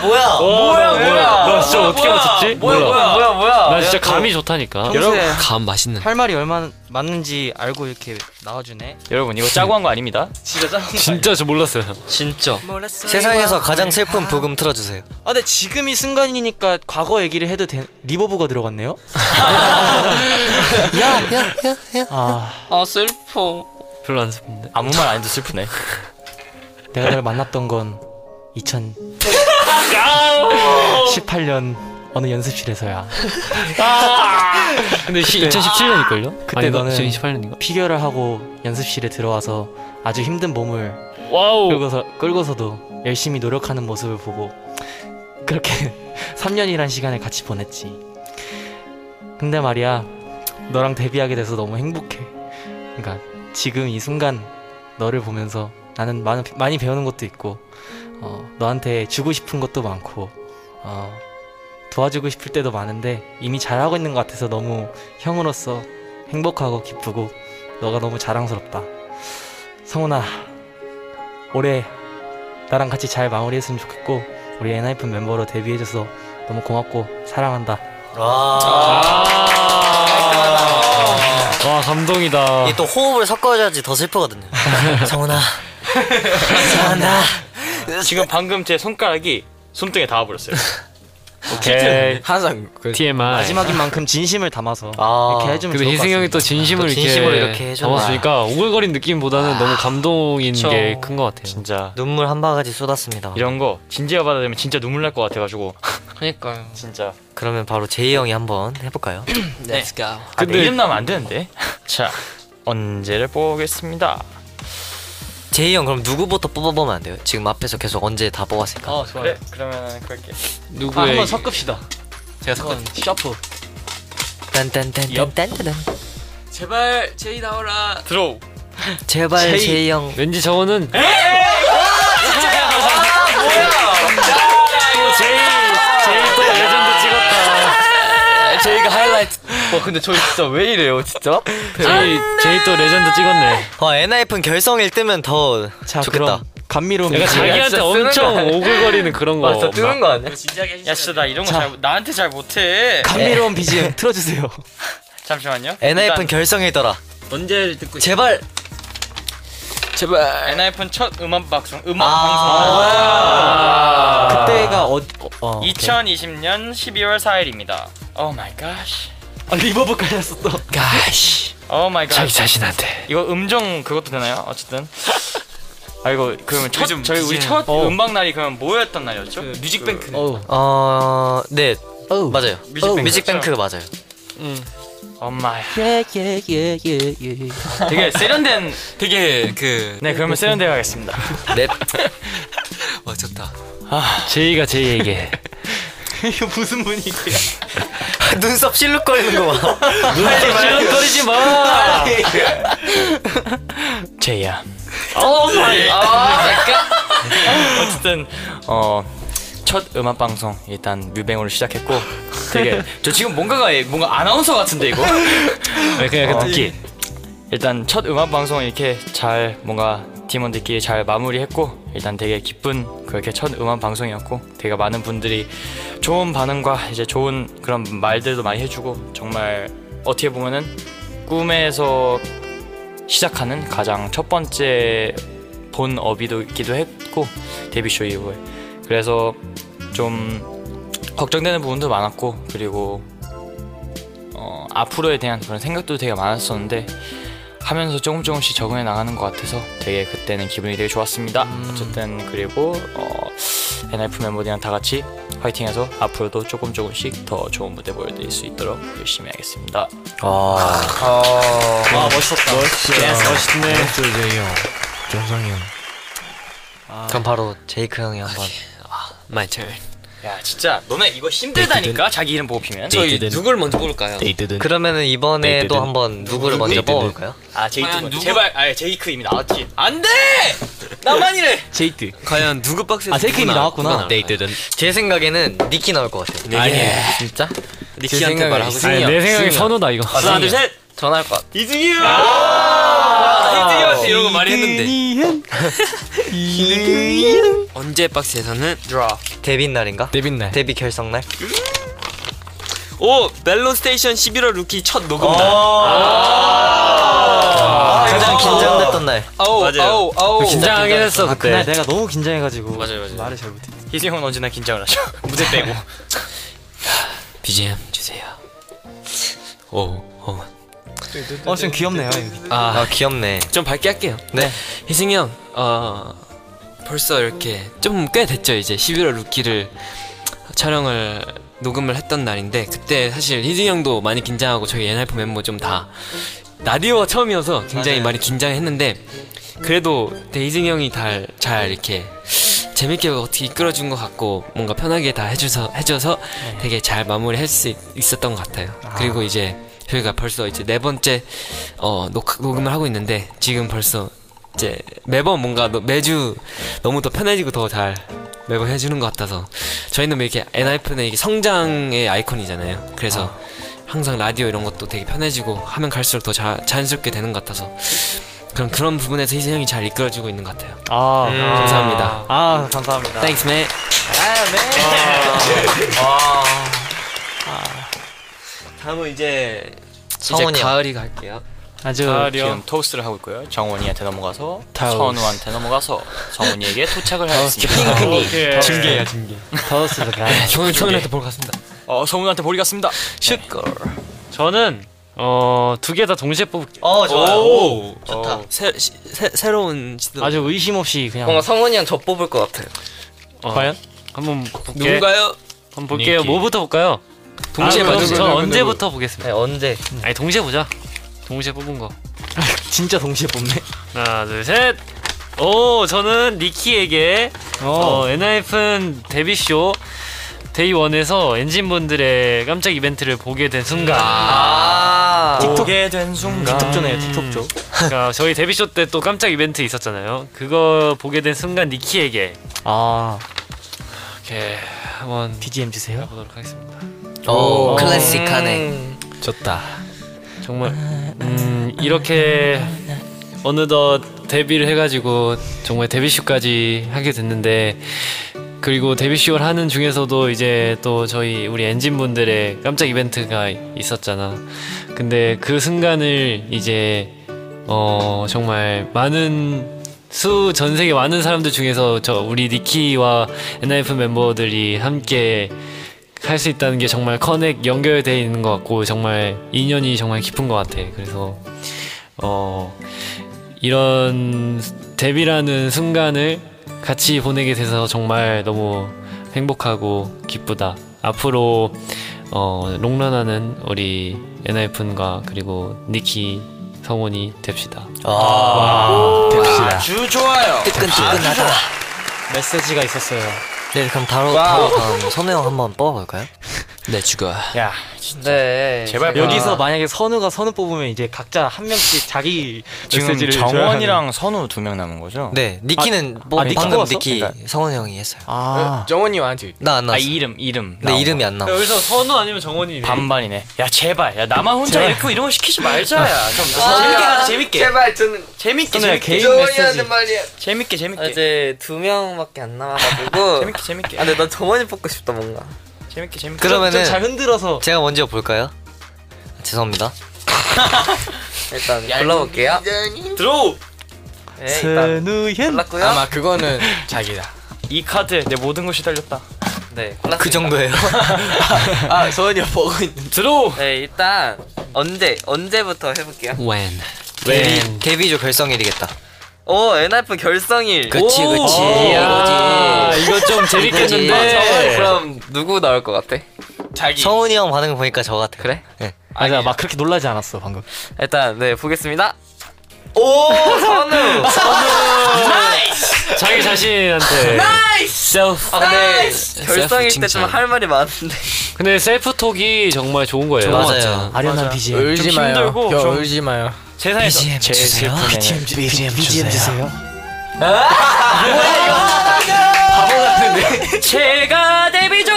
[SPEAKER 2] 뭐야.
[SPEAKER 4] 나 진짜 어떻게 맞췄지?
[SPEAKER 2] 뭐야
[SPEAKER 4] 몰라.
[SPEAKER 2] 뭐야 뭐야 뭐야.
[SPEAKER 4] 나 진짜 감이 좋다니까.
[SPEAKER 3] 여러분
[SPEAKER 6] 감 맛있는.
[SPEAKER 3] 할 말이 얼마 맞는지 알고 이렇게 나와주네.
[SPEAKER 2] 여러분 이거 짜고 한 거 아닙니다.
[SPEAKER 3] 진짜 짱.
[SPEAKER 4] 진짜 저 몰랐어요.
[SPEAKER 1] 진짜. 세상에서
[SPEAKER 4] 네.
[SPEAKER 1] 가장 슬픈 부금 틀어주세요.
[SPEAKER 3] 아, 근데 지금 이 순간이니까 과거 얘기를 해도 되... 리버브가 들어갔네요? 야, 야, 야, 야. 아,
[SPEAKER 7] 아 슬퍼.
[SPEAKER 4] 별로 안 슬픈데.
[SPEAKER 2] 아무 말 안 해도 슬프네.
[SPEAKER 3] 내가 널 만났던 건 2018년 어느 연습실에서야.
[SPEAKER 4] 근데 2017년일걸요?
[SPEAKER 3] 그때 너는-
[SPEAKER 4] 2018년인가?
[SPEAKER 3] 피겨를 하고 연습실에 들어와서 아주 힘든 몸을
[SPEAKER 4] 와우.
[SPEAKER 3] 끌고서 끌고서도 열심히 노력하는 모습을 보고 그렇게 3년이란 시간을 같이 보냈지. 근데 말이야, 너랑 데뷔하게 돼서 너무 행복해. 그러니까 지금 이 순간 너를 보면서 나는 많은, 많이 배우는 것도 있고, 어, 너한테 주고 싶은 것도 많고, 어, 도와주고 싶을 때도 많은데 이미 잘하고 있는 것 같아서 너무 형으로서 행복하고 기쁘고 너가 너무 자랑스럽다. 성훈아, 올해 나랑 같이 잘 마무리했으면 좋겠고 우리 엔하이픈 멤버로 데뷔해줘서 너무 고맙고 사랑한다.
[SPEAKER 1] 아.
[SPEAKER 2] 아.
[SPEAKER 4] 아, 와 감동이다.
[SPEAKER 1] 이게 또 호흡을 섞어줘야지 더 슬프거든요. 성훈아. 사랑한다.
[SPEAKER 2] 지금 방금 제 손가락이 손등에 닿아버렸어요.
[SPEAKER 4] 오케이.
[SPEAKER 6] 항상 그
[SPEAKER 4] TMI.
[SPEAKER 3] 마지막인 만큼 진심을 담아서
[SPEAKER 1] 아.
[SPEAKER 3] 이렇게 해주면
[SPEAKER 4] 근데
[SPEAKER 3] 좋을 것
[SPEAKER 4] 희승 형이
[SPEAKER 3] 같습니다.
[SPEAKER 4] 또 진심을,
[SPEAKER 1] 또 진심으로 이렇게 해줘라.
[SPEAKER 4] 담았으니까 오글거린 느낌보다는 너무 감동인
[SPEAKER 1] 그쵸.
[SPEAKER 4] 게 큰 것 같아요.
[SPEAKER 2] 진짜
[SPEAKER 1] 눈물 한 바가지 쏟았습니다.
[SPEAKER 2] 이런 거 진지하 받아들면 진짜 눈물 날 것 같아가지고
[SPEAKER 6] 그러니까요.
[SPEAKER 2] 진짜.
[SPEAKER 1] 그러면 바로 제이 형이 한번 해볼까요?
[SPEAKER 6] Let's go.
[SPEAKER 2] 아, 내 이름 나면 안 되는데. 자 언제를 뽑겠습니다.
[SPEAKER 1] 제이 형 그럼 누구부터 뽑아보면 안 돼요? 지금 앞에서 계속 언제 다 뽑았을까?
[SPEAKER 3] 어 좋아요.
[SPEAKER 2] 그래 그러면 그럴게.
[SPEAKER 3] 아,
[SPEAKER 6] 누구의
[SPEAKER 3] 한번
[SPEAKER 4] 예.
[SPEAKER 3] 섞읍시다. 제가 섞은 셔프.
[SPEAKER 1] 딴딴딴딴딴딴.
[SPEAKER 6] 제발 제이 나와라.
[SPEAKER 2] 들어.
[SPEAKER 1] 제발 제이, 형.
[SPEAKER 4] 왠지 저거는 아, 제이 제이 또 레전드 찍었다.
[SPEAKER 1] 아,
[SPEAKER 6] 제이가 하이라이트.
[SPEAKER 7] 와 근데 저희 진짜 왜 이래요 진짜?
[SPEAKER 4] 제이 제이 또 레전드 찍었네.
[SPEAKER 1] 어 아, 엔하이픈 결성일 뜨면 더
[SPEAKER 3] 자
[SPEAKER 1] 좋겠다.
[SPEAKER 3] 그럼 감미로운
[SPEAKER 4] 내가
[SPEAKER 3] 미지의
[SPEAKER 4] 그러니까 자기한테 엄청 오글거리는 그런 거.
[SPEAKER 7] 진짜 뜨는 거 아니야?
[SPEAKER 2] 야 진짜 나 이런 거 잘 나한테 잘 못해.
[SPEAKER 3] 감미로운 BGM 틀어주세요.
[SPEAKER 2] 잠시만요.
[SPEAKER 1] 엔하이픈 결성이더라.
[SPEAKER 6] 언제를 듣고 싶어?
[SPEAKER 1] 제발.
[SPEAKER 6] 제발.
[SPEAKER 2] 엔하이픈 첫 음악 방송 음악
[SPEAKER 1] 아.
[SPEAKER 2] 방송
[SPEAKER 3] 그때가 어, 어
[SPEAKER 2] 2020년 12월 4일입니다. 오 마이 갓.
[SPEAKER 3] 아, 리버브까지 했어 또.
[SPEAKER 6] 가시.
[SPEAKER 2] 오 마이 갓.
[SPEAKER 4] 자기 자신한테.
[SPEAKER 2] Oh 이거 음정 그것도 되나요? 어쨌든. 아 이거 그러면 첫
[SPEAKER 6] 요즘
[SPEAKER 2] 저희 우리
[SPEAKER 6] BGM.
[SPEAKER 2] 첫 음방 날이 그러면 뭐였던 날이었죠? 그,
[SPEAKER 6] 뮤직뱅크.
[SPEAKER 3] 어우.
[SPEAKER 1] 어, 네.
[SPEAKER 3] 어우.
[SPEAKER 1] 맞아요.
[SPEAKER 2] 뮤직뱅크.
[SPEAKER 1] 뮤직뱅크 맞아요.
[SPEAKER 2] 오 마이.
[SPEAKER 3] 예예예예 예. 예.
[SPEAKER 2] 되게 세련된.
[SPEAKER 6] 되게 그.
[SPEAKER 2] 네 그러면 세련되게 하겠습니다.
[SPEAKER 1] 넷.
[SPEAKER 6] 와 좋다.
[SPEAKER 3] 네.
[SPEAKER 4] 제이가 제이에게
[SPEAKER 3] 이거 무슨 분위기야?
[SPEAKER 1] 눈썹 실룩거리는 거 봐.
[SPEAKER 2] 지렁거리지 뭐. 마. 아, 그러니까. 제이야. 오 마이. 어쨌든 어 첫 음악 방송 일단 뮤뱅으로 시작했고 되게 저 지금 뭔가가 뭔가 아나운서 같은데 이거
[SPEAKER 4] 네, 그냥
[SPEAKER 2] 어.
[SPEAKER 4] 약간 듣기.
[SPEAKER 2] 일단 첫 음악 방송 이렇게 잘 뭔가 팀원들끼리 잘 마무리했고 일단 되게 기쁜 그렇게 첫 음악 방송이었고 되게 많은 분들이 좋은 반응과 이제 좋은 그런 말들도 많이 해주고 정말 어떻게 보면은 꿈에서 시작하는 가장 첫 번째 본 업이기도 했고 데뷔쇼 이후에 그래서 좀 걱정되는 부분도 많았고 그리고 어, 앞으로에 대한 그런 생각도 되게 많았었는데 하면서 조금 조금씩 적응해 나가는 것 같아서 되게 그때는 기분이 되게 좋았습니다. 어쨌든 그리고 어, NF 멤버들이랑 다 같이 화이팅해서 앞으로도 조금 조금씩 더 좋은 무대 보여드릴 수 있도록 열심히 하겠습니다.
[SPEAKER 4] 와 멋있었다. 멋있어. 멋있네.
[SPEAKER 5] 재영, 정상현.
[SPEAKER 1] 그럼 바로 제이크 형이 한번
[SPEAKER 6] My turn.
[SPEAKER 2] 야 진짜 너네 이거 힘들다니까 자기 이름 보고 피면.
[SPEAKER 6] 저희 누굴 먼저 뽑을까요?
[SPEAKER 5] 데이트든
[SPEAKER 1] 그러면은 이번에
[SPEAKER 5] 데이트든.
[SPEAKER 1] 또 한번 누구를 먼저
[SPEAKER 5] 데이트든.
[SPEAKER 1] 뽑아볼까요?
[SPEAKER 2] 아 제이크
[SPEAKER 6] 과연
[SPEAKER 2] 먼저.
[SPEAKER 6] 누구-
[SPEAKER 2] 제발 아 제이크 이미 나왔지. 안돼 나만이래.
[SPEAKER 3] 제이트.
[SPEAKER 6] 과연 누구 박스에서
[SPEAKER 3] 아, 제이크 이미
[SPEAKER 6] 누구나-
[SPEAKER 3] 나왔구나.
[SPEAKER 6] 누가 나올까요?
[SPEAKER 5] 데이트든.
[SPEAKER 1] 제 생각에는 니키 나올 것 같아요.
[SPEAKER 6] 네 개.
[SPEAKER 7] 진짜?
[SPEAKER 6] 니키한테 말하고
[SPEAKER 5] 아니,
[SPEAKER 6] 승희야. 아,
[SPEAKER 5] 내 생각에 선호다 이거.
[SPEAKER 4] 아, 네.
[SPEAKER 6] 하나 둘 셋.
[SPEAKER 7] 전화할 것 같아.
[SPEAKER 6] 이승희요. 아, 이승희한테 이런 거 많이 했는데. 언제 박스에서는
[SPEAKER 1] 데뷔 날인가?
[SPEAKER 5] 데빈 날.
[SPEAKER 1] 데뷔 결성 날?
[SPEAKER 6] 오 멜론 스테이션 11월 루키 첫 녹음 날. 아,
[SPEAKER 1] 아, 가장 긴장됐던 날.
[SPEAKER 2] 아우
[SPEAKER 6] 맞아요.
[SPEAKER 2] 아우 아우.
[SPEAKER 5] 긴장하긴 했어
[SPEAKER 3] 아, 그날
[SPEAKER 5] 그때.
[SPEAKER 3] 내가 너무 긴장해가지고
[SPEAKER 6] 맞아요, 맞아요.
[SPEAKER 3] 말을 잘 못했어.
[SPEAKER 2] 희승 형은 언제나 긴장을 하죠. 무대 빼고.
[SPEAKER 6] BGM 주세요. 오. 오.
[SPEAKER 3] 어 지금 귀엽네요. 이거.
[SPEAKER 6] 아,
[SPEAKER 1] 아 귀엽네.
[SPEAKER 6] 좀 밝게 할게요.
[SPEAKER 1] 네.
[SPEAKER 6] 희승이 형, 어, 벌써 이렇게 좀 꽤 됐죠. 이제 11월 루키를 촬영을 녹음을 했던 날인데 그때 사실 희승이 형도 많이 긴장하고 저희 NF 멤버 좀 다 라디오가 처음이어서 굉장히 많이 긴장했는데 그래도 되게 희승이 형이 다 잘 이렇게 재밌게 어떻게 이끌어준 것 같고 뭔가 편하게 다 해줘서 해줘서 되게 잘 마무리할 수 있- 있었던 것 같아요. 그리고 이제 저희가 벌써 이제 네 번째 어, 녹, 녹음을 하고 있는데 지금 벌써 이제 매번 뭔가 너- 매주 너무 더 편해지고 더 잘 매번 해주는 것 같아서 저희는 뭐 이렇게 NIF는 이게 성장의 아이콘이잖아요. 그래서 항상 라디오 이런 것도 되게 편해지고 하면 갈수록 더 자, 자연스럽게 되는 것 같아서 그런 그런 부분에서 희승 형이 잘 이끌어주고 있는 것 같아요.
[SPEAKER 3] 아
[SPEAKER 6] 감사합니다.
[SPEAKER 3] 아 감사합니다.
[SPEAKER 6] Thanks, man. 다음은 이제
[SPEAKER 1] 성훈이
[SPEAKER 6] 이제
[SPEAKER 1] 형.
[SPEAKER 6] 가을이 갈게요.
[SPEAKER 3] 아주
[SPEAKER 2] 지금 토스를 하고 있고요. 정원이한테 넘어가서 선우한테 넘어가서 정원이에게 도착을 하였습니다.
[SPEAKER 4] 아, 오케이.
[SPEAKER 5] 징계야
[SPEAKER 3] 더웠어.
[SPEAKER 6] 저는 처음이라도 보러 갔습니다.
[SPEAKER 2] 어 성훈한테 볼이 갔습니다.
[SPEAKER 6] 슛걸.
[SPEAKER 4] 저는 어두 개 다 동시에 뽑을게요.
[SPEAKER 1] 어 좋아요.
[SPEAKER 6] 오.
[SPEAKER 1] 좋다.
[SPEAKER 6] 새, 시- 새, 새로운 시도.
[SPEAKER 3] 아주 의심 없이 그냥
[SPEAKER 7] 뭔가 성훈이 형 저 뽑을 것 같아요.
[SPEAKER 4] 어. 과연 한번 볼게.
[SPEAKER 6] 누군가요?
[SPEAKER 4] 한번 볼게요.
[SPEAKER 5] 니키.
[SPEAKER 4] 뭐부터 볼까요?
[SPEAKER 6] 동시에
[SPEAKER 4] 아, 그럼
[SPEAKER 6] 봐주세요.
[SPEAKER 4] 저
[SPEAKER 5] 누구,
[SPEAKER 4] 언제부터 보겠습니다.
[SPEAKER 1] 네, 언제?
[SPEAKER 4] 아니 동시에 보자. 동시에 뽑은 거.
[SPEAKER 3] 진짜 동시에 뽑네.
[SPEAKER 4] 하나 둘 셋. 오 저는 니키에게
[SPEAKER 3] 어.
[SPEAKER 4] 어, NIF는 데뷔 쇼 데이 원에서 엔진 분들의 깜짝 이벤트를 보게 된 순간.
[SPEAKER 2] 보게 된 순간.
[SPEAKER 3] 틱톡 조네요 틱톡 조.
[SPEAKER 4] 그러니까 저희 데뷔 쇼 때 또 깜짝 이벤트 있었잖아요. 그거 보게 된 순간 니키에게
[SPEAKER 3] 아
[SPEAKER 4] 이렇게 한번
[SPEAKER 3] BGM 주세요.
[SPEAKER 4] 보도록 하겠습니다.
[SPEAKER 1] 오,
[SPEAKER 4] 음.
[SPEAKER 1] 클래식하네.
[SPEAKER 5] 좋다.
[SPEAKER 4] 정말 음, 이렇게 어느덧 데뷔를 해가지고 정말 데뷔쇼까지 하게 됐는데 그리고 데뷔쇼를 하는 중에서도 이제 또 저희 우리 엔진 분들의 깜짝 이벤트가 있었잖아. 근데 그 순간을 이제 어 정말 많은 수 전 세계 많은 사람들 중에서 저 우리 니키와 NF 멤버들이 함께 할 수 있다는 게 정말 커넥 연결돼 있는 것 같고 정말 인연이 정말 깊은 것 같아. 그래서 어 이런 데뷔라는 순간을 같이 보내게 돼서 정말 너무 행복하고 기쁘다. 앞으로 어, 롱런하는 우리 엔하이픈과 그리고 니키 성원이 됩시다.
[SPEAKER 5] 됩시다.
[SPEAKER 2] 아주 좋아요.
[SPEAKER 1] 뜨끈뜨끈하다.
[SPEAKER 3] 메시지가 있었어요.
[SPEAKER 1] 네, 그럼 바로 바로 다음 선우 형 한번 뽑아볼까요?
[SPEAKER 4] 내 죽어.
[SPEAKER 2] 야,
[SPEAKER 7] 네.
[SPEAKER 2] 제발
[SPEAKER 7] 제가-
[SPEAKER 3] 여기서 만약에 선우가 선우 뽑으면 이제 각자 한 명씩 자기
[SPEAKER 2] 지금
[SPEAKER 3] 메시지를
[SPEAKER 2] 정원이랑 선우 두 명 남은 거죠?
[SPEAKER 1] 네, 니키는 뭐
[SPEAKER 3] 아, 니키
[SPEAKER 1] 방금
[SPEAKER 3] 뽑았어?
[SPEAKER 1] 니키 성원 형이 했어요.
[SPEAKER 3] 아
[SPEAKER 6] 정원이 와한테
[SPEAKER 1] 나 안
[SPEAKER 2] 아
[SPEAKER 1] 나왔어.
[SPEAKER 2] 이름 이름.
[SPEAKER 1] 내 이름이 안 나와.
[SPEAKER 4] 여기서 선우 아니면 정원이.
[SPEAKER 2] 반반이네. 야 제발, 야 나만 혼자 이렇게 이런 거 시키지 말자야. 좀
[SPEAKER 7] 재밌게 하자,
[SPEAKER 2] 재밌게.
[SPEAKER 7] 제발 저는
[SPEAKER 2] 재밌게
[SPEAKER 3] 선우야,
[SPEAKER 2] 재밌게.
[SPEAKER 3] 개인 메시지.
[SPEAKER 7] 정원이라는 말이
[SPEAKER 2] 재밌게 재밌게.
[SPEAKER 7] 이제 두 명밖에 안 남아가지고.
[SPEAKER 2] 재밌게 재밌게.
[SPEAKER 7] 아 근데 나 정원이 뽑고 싶다 뭔가.
[SPEAKER 2] 재밌게 재밌게.
[SPEAKER 1] 그러면은
[SPEAKER 3] 잘 흔들어서
[SPEAKER 1] 제가 먼저 볼까요? 아, 죄송합니다.
[SPEAKER 7] 일단 골라볼게요.
[SPEAKER 2] 그
[SPEAKER 4] 들어.
[SPEAKER 7] 네, 일단
[SPEAKER 3] 선우현
[SPEAKER 7] 골랐고요.
[SPEAKER 6] 아마 그거는 자기다.
[SPEAKER 2] 이 카드 내 모든 것이 달렸다.
[SPEAKER 7] 네, 골랐습니다.
[SPEAKER 1] 그 정도예요.
[SPEAKER 6] 아 서원이 보고 있는.
[SPEAKER 2] 들어.
[SPEAKER 7] 네, 일단 언제 언제부터 해볼게요.
[SPEAKER 4] When.
[SPEAKER 1] 데뷔, 데뷔조 결성일이겠다.
[SPEAKER 7] 오, 엔하이프 결성일.
[SPEAKER 1] 그치, 그치.
[SPEAKER 4] 이야,
[SPEAKER 1] 어, 이거지.
[SPEAKER 4] 이거 좀
[SPEAKER 2] 아, 어.
[SPEAKER 7] 정원이
[SPEAKER 4] 재밌겠는데.
[SPEAKER 7] 네. 그럼 누구 나올 것 같아?
[SPEAKER 6] 자기.
[SPEAKER 1] 성훈이 형 반응 보니까 저 같아.
[SPEAKER 7] 그래?
[SPEAKER 3] 아니야 막 그렇게 놀라지 않았어 방금
[SPEAKER 7] 일단 네 보겠습니다. 오, 선우.
[SPEAKER 4] 자기 자신한테. self.
[SPEAKER 7] 아 근데
[SPEAKER 4] 셀프
[SPEAKER 7] 결성일 때 좀
[SPEAKER 4] 칭찬.
[SPEAKER 7] 할 말이 많은데.
[SPEAKER 4] 근데 셀프 톡이 정말 좋은 거예요.
[SPEAKER 1] 맞아요.
[SPEAKER 3] 아련한 BGM
[SPEAKER 6] 울지
[SPEAKER 2] 좀
[SPEAKER 6] 마요.
[SPEAKER 2] 힘들고
[SPEAKER 6] 형,
[SPEAKER 2] 좀-
[SPEAKER 6] 울지 마요.
[SPEAKER 2] 세상에서
[SPEAKER 1] BGM
[SPEAKER 2] 제일
[SPEAKER 1] 주세요.
[SPEAKER 3] 네,
[SPEAKER 2] 슬픈 애.
[SPEAKER 3] BGM 주세요
[SPEAKER 2] 제가 데뷔조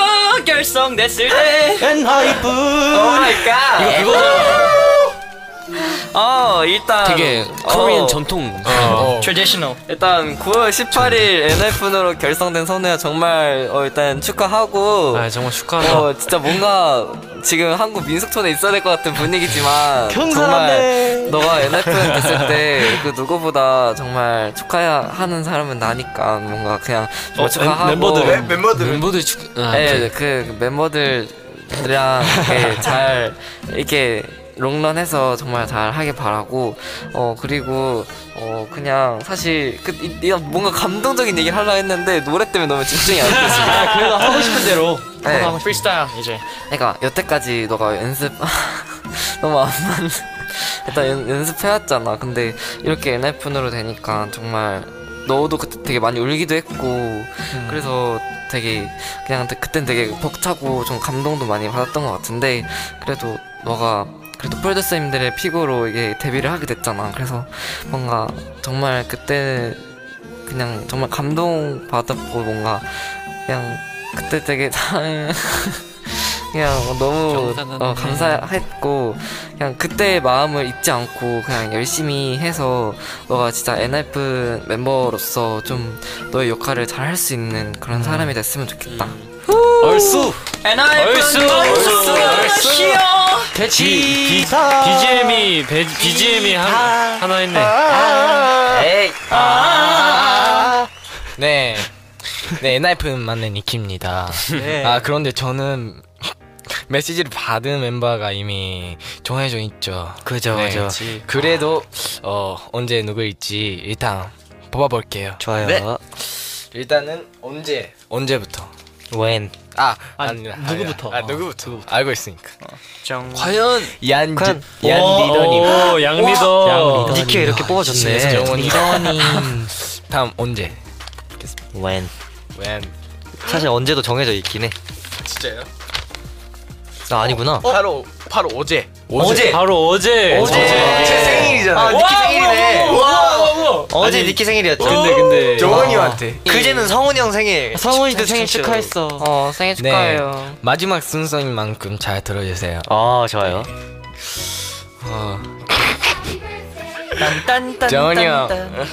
[SPEAKER 2] 결성됐을 때
[SPEAKER 3] 엔하이픈
[SPEAKER 7] 오 마이 갓. 이거 그거죠. 어, 일단
[SPEAKER 4] 되게
[SPEAKER 7] 어,
[SPEAKER 4] 코리안 전통.
[SPEAKER 6] 어.
[SPEAKER 2] 트레디셔널.
[SPEAKER 7] 일단 9월 18일 NF으로 결성된 선우야 정말 어, 일단 축하하고
[SPEAKER 4] 아 정말 축하한다.
[SPEAKER 7] 어 진짜 뭔가 지금 한국 민속촌에 있어야 될 것 같은 분위기지만 정말
[SPEAKER 3] 경사한데.
[SPEAKER 7] 너가 NF 됐을 때 그 누구보다 정말 축하해야 하는 사람은 나니까 뭔가 그냥 뭐 축하하고
[SPEAKER 4] 어, 멤버들은?
[SPEAKER 7] 멤버들
[SPEAKER 4] 멤버들 축. 아,
[SPEAKER 7] 네, 그 멤버들이랑 이렇게 잘 이렇게 롱런해서 정말 잘 하길 바라고 어 그리고 어 그냥 사실 그 이- 이- 뭔가 감동적인 얘기를 하려 했는데 노래 때문에 너무 집중이 안 되지.
[SPEAKER 3] 아, 그래도 하고 싶은 대로
[SPEAKER 7] 네.
[SPEAKER 2] 프리스타일 이제.
[SPEAKER 7] 그러니까 여태까지 너가 연습 너무 안 맞는 일단 연, 연습해왔잖아 근데 이렇게 NF으로 되니까 정말 너도 그때 되게 많이 울기도 했고 그래서 되게 그냥 그- 그땐 되게 벅차고 좀 감동도 많이 받았던 것 같은데 그래도 너가 그래도 프로듀서님들의 피고로 이게 데뷔를 하게 됐잖아 그래서 뭔가 정말 그때 그냥 정말 감동 받았고 뭔가 그냥 그때 되게 그냥 너무
[SPEAKER 4] 정상은
[SPEAKER 7] 어,
[SPEAKER 4] 네.
[SPEAKER 7] 감사했고 그냥 그때의 마음을 잊지 않고 그냥 열심히 해서 너가 진짜 NF 멤버로서 좀 너의 역할을 잘 할 수 있는 그런 사람이 됐으면 좋겠다.
[SPEAKER 3] 얼쑤
[SPEAKER 2] 얼쑤 얼쑤 얼쑤.
[SPEAKER 3] 대치
[SPEAKER 4] BGM이 BGM이 한, 하나 했네.
[SPEAKER 7] 에이.
[SPEAKER 6] 네. 네, 엔하이픈 맞는 니키입니다. 아, 그런데 저는 메시지를 받은 멤버가 이미 정해져 있죠.
[SPEAKER 1] 그죠,
[SPEAKER 6] 네.
[SPEAKER 1] 그죠.
[SPEAKER 6] 그래도 어, 언제 누구일지 일단 뽑아 볼게요.
[SPEAKER 1] 좋아요.
[SPEAKER 6] 네. 일단은 언제? 언제부터?
[SPEAKER 1] 웬.
[SPEAKER 6] 아,
[SPEAKER 3] 아,
[SPEAKER 6] 아니라,
[SPEAKER 3] 누구부터?
[SPEAKER 6] 아,
[SPEAKER 3] 어,
[SPEAKER 6] 누구부터? 알고 있으니까.
[SPEAKER 2] 정.
[SPEAKER 6] 과연 얀
[SPEAKER 1] 과연-
[SPEAKER 6] 지- 얀
[SPEAKER 2] 어,
[SPEAKER 4] 어,
[SPEAKER 6] 리더님.
[SPEAKER 4] 오, 양 리더.
[SPEAKER 7] 어.
[SPEAKER 1] 니키가 이렇게 뽑아줬네.
[SPEAKER 6] 정원이. 다음 언제?
[SPEAKER 1] 웬.
[SPEAKER 6] 웬?
[SPEAKER 1] 사실 언제도 정해져 있긴 해.
[SPEAKER 6] 진짜요?
[SPEAKER 1] 아, 아니구나.
[SPEAKER 6] 바로 바로 어제.
[SPEAKER 1] 어제.
[SPEAKER 4] 바로 어제.
[SPEAKER 1] 제 생일이잖아. 요 니키 생일이네. 어제 니키 생일이었죠.
[SPEAKER 4] 근데
[SPEAKER 6] 네.
[SPEAKER 4] 근데
[SPEAKER 6] 정원이한테.
[SPEAKER 1] 아. 그제는 성훈이 형 생일.
[SPEAKER 3] 성훈이도 생일 축하했어 네.
[SPEAKER 7] 어 생일 축하해요.
[SPEAKER 6] 네. 마지막 순서인 만큼 잘 들어주세요.
[SPEAKER 1] 아, 좋아요.
[SPEAKER 6] 정원이 형.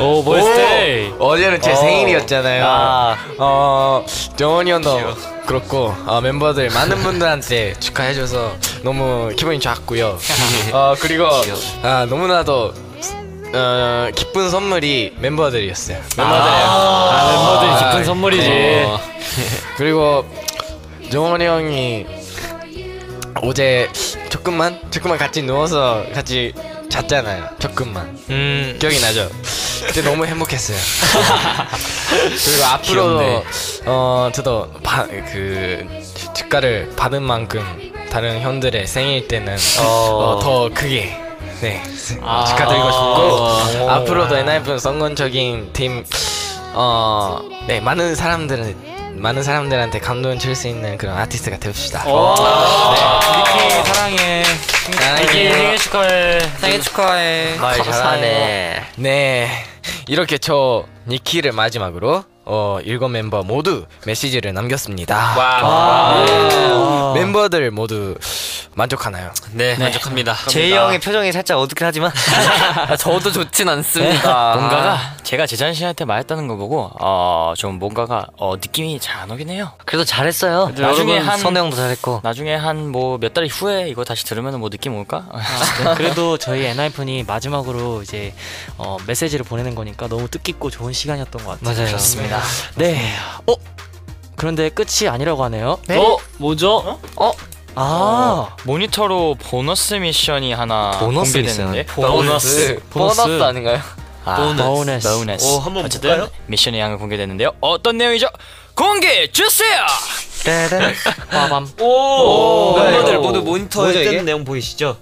[SPEAKER 4] 오, 벌스데이.
[SPEAKER 6] 어제는 제 생일이었잖아요.
[SPEAKER 1] 아.
[SPEAKER 6] 어, 정원이 형도 그렇고 어, 멤버들 많은 분들한테 축하해줘서 너무 기분이 좋았고요. 어 그리고 아, 너무나도 어, 기쁜 선물이 멤버들이었어요. 멤버들.
[SPEAKER 4] 아, 멤버들이 기쁜 선물이지.
[SPEAKER 6] 어, 그리고 정원이 형이 어제 조금만 조금만 같이 누워서 같이 잤잖아요. 조금만.
[SPEAKER 1] 음.
[SPEAKER 6] 기억이 나죠? 그때 너무 행복했어요. 그리고 앞으로도 어 저도 바, 그 축가를 받은 만큼 다른 형들의 생일 때는 어, 더 크게 네 축하드리고 싶고 앞으로도 엔하이픈 성건적인 팀 어 네 많은 사람들은
[SPEAKER 5] 많은 사람들한테 감동을 줄 수 있는 그런 아티스트가 되읍시다. 네.
[SPEAKER 3] 니키 사랑해. 네.
[SPEAKER 5] 사랑해요.
[SPEAKER 2] 축하해.
[SPEAKER 7] 생일 축하해.
[SPEAKER 1] 아,
[SPEAKER 5] 말
[SPEAKER 1] 감사하네.
[SPEAKER 5] 네 이렇게 저 니키를 마지막으로 어 일곱 멤버 모두 메시지를 남겼습니다.
[SPEAKER 3] 아.
[SPEAKER 5] 네. 멤버들 모두 만족하나요?
[SPEAKER 6] 네, 만족합니다.
[SPEAKER 1] 제이 형의 표정이 살짝 어둡긴 하지만
[SPEAKER 7] 아, 저도 좋진
[SPEAKER 1] 네?
[SPEAKER 7] 않습니다.
[SPEAKER 2] 그러니까. 뭔가가 제가 재찬 씨한테 말했다는 거 보고 어, 좀 뭔가가 어, 느낌이 잘 안 오긴 해요.
[SPEAKER 1] 그래도 잘했어요.
[SPEAKER 2] 그래도 나중에 한-
[SPEAKER 1] 선우 형도 잘했고.
[SPEAKER 2] 나중에 한 뭐 몇 달 후에 이거 다시 들으면 뭐 느낌 올까?
[SPEAKER 3] 아, 네. 그래도 저희 엔하이픈이 마지막으로 이제 어, 메시지를 보내는 거니까 너무 뜻깊고 좋은 시간이었던 것 같아요.
[SPEAKER 1] 맞아요.
[SPEAKER 3] 네. 어? 그런데 끝이 아니라고 하네요. 어?
[SPEAKER 4] 어 뭐죠?
[SPEAKER 3] 아,
[SPEAKER 2] 모니터로 보너스 미션이 하나
[SPEAKER 1] 보너스
[SPEAKER 2] 아, 공개됐는데
[SPEAKER 7] 보너스. 보너스.
[SPEAKER 3] 보너스.
[SPEAKER 7] 아닌가요?
[SPEAKER 3] 보너스.
[SPEAKER 2] 보너스
[SPEAKER 4] 어, 한번 볼까요?
[SPEAKER 2] 미션이 하나 공개됐는데요. 어떤 내용이죠? 공개 주세요.
[SPEAKER 1] 따단.
[SPEAKER 3] 빠밤.
[SPEAKER 4] 오,
[SPEAKER 6] 멤버들
[SPEAKER 4] 오.
[SPEAKER 6] 모두 모니터에
[SPEAKER 4] 뭐죠,
[SPEAKER 6] 뜬
[SPEAKER 4] 이게? 내용 보이시죠?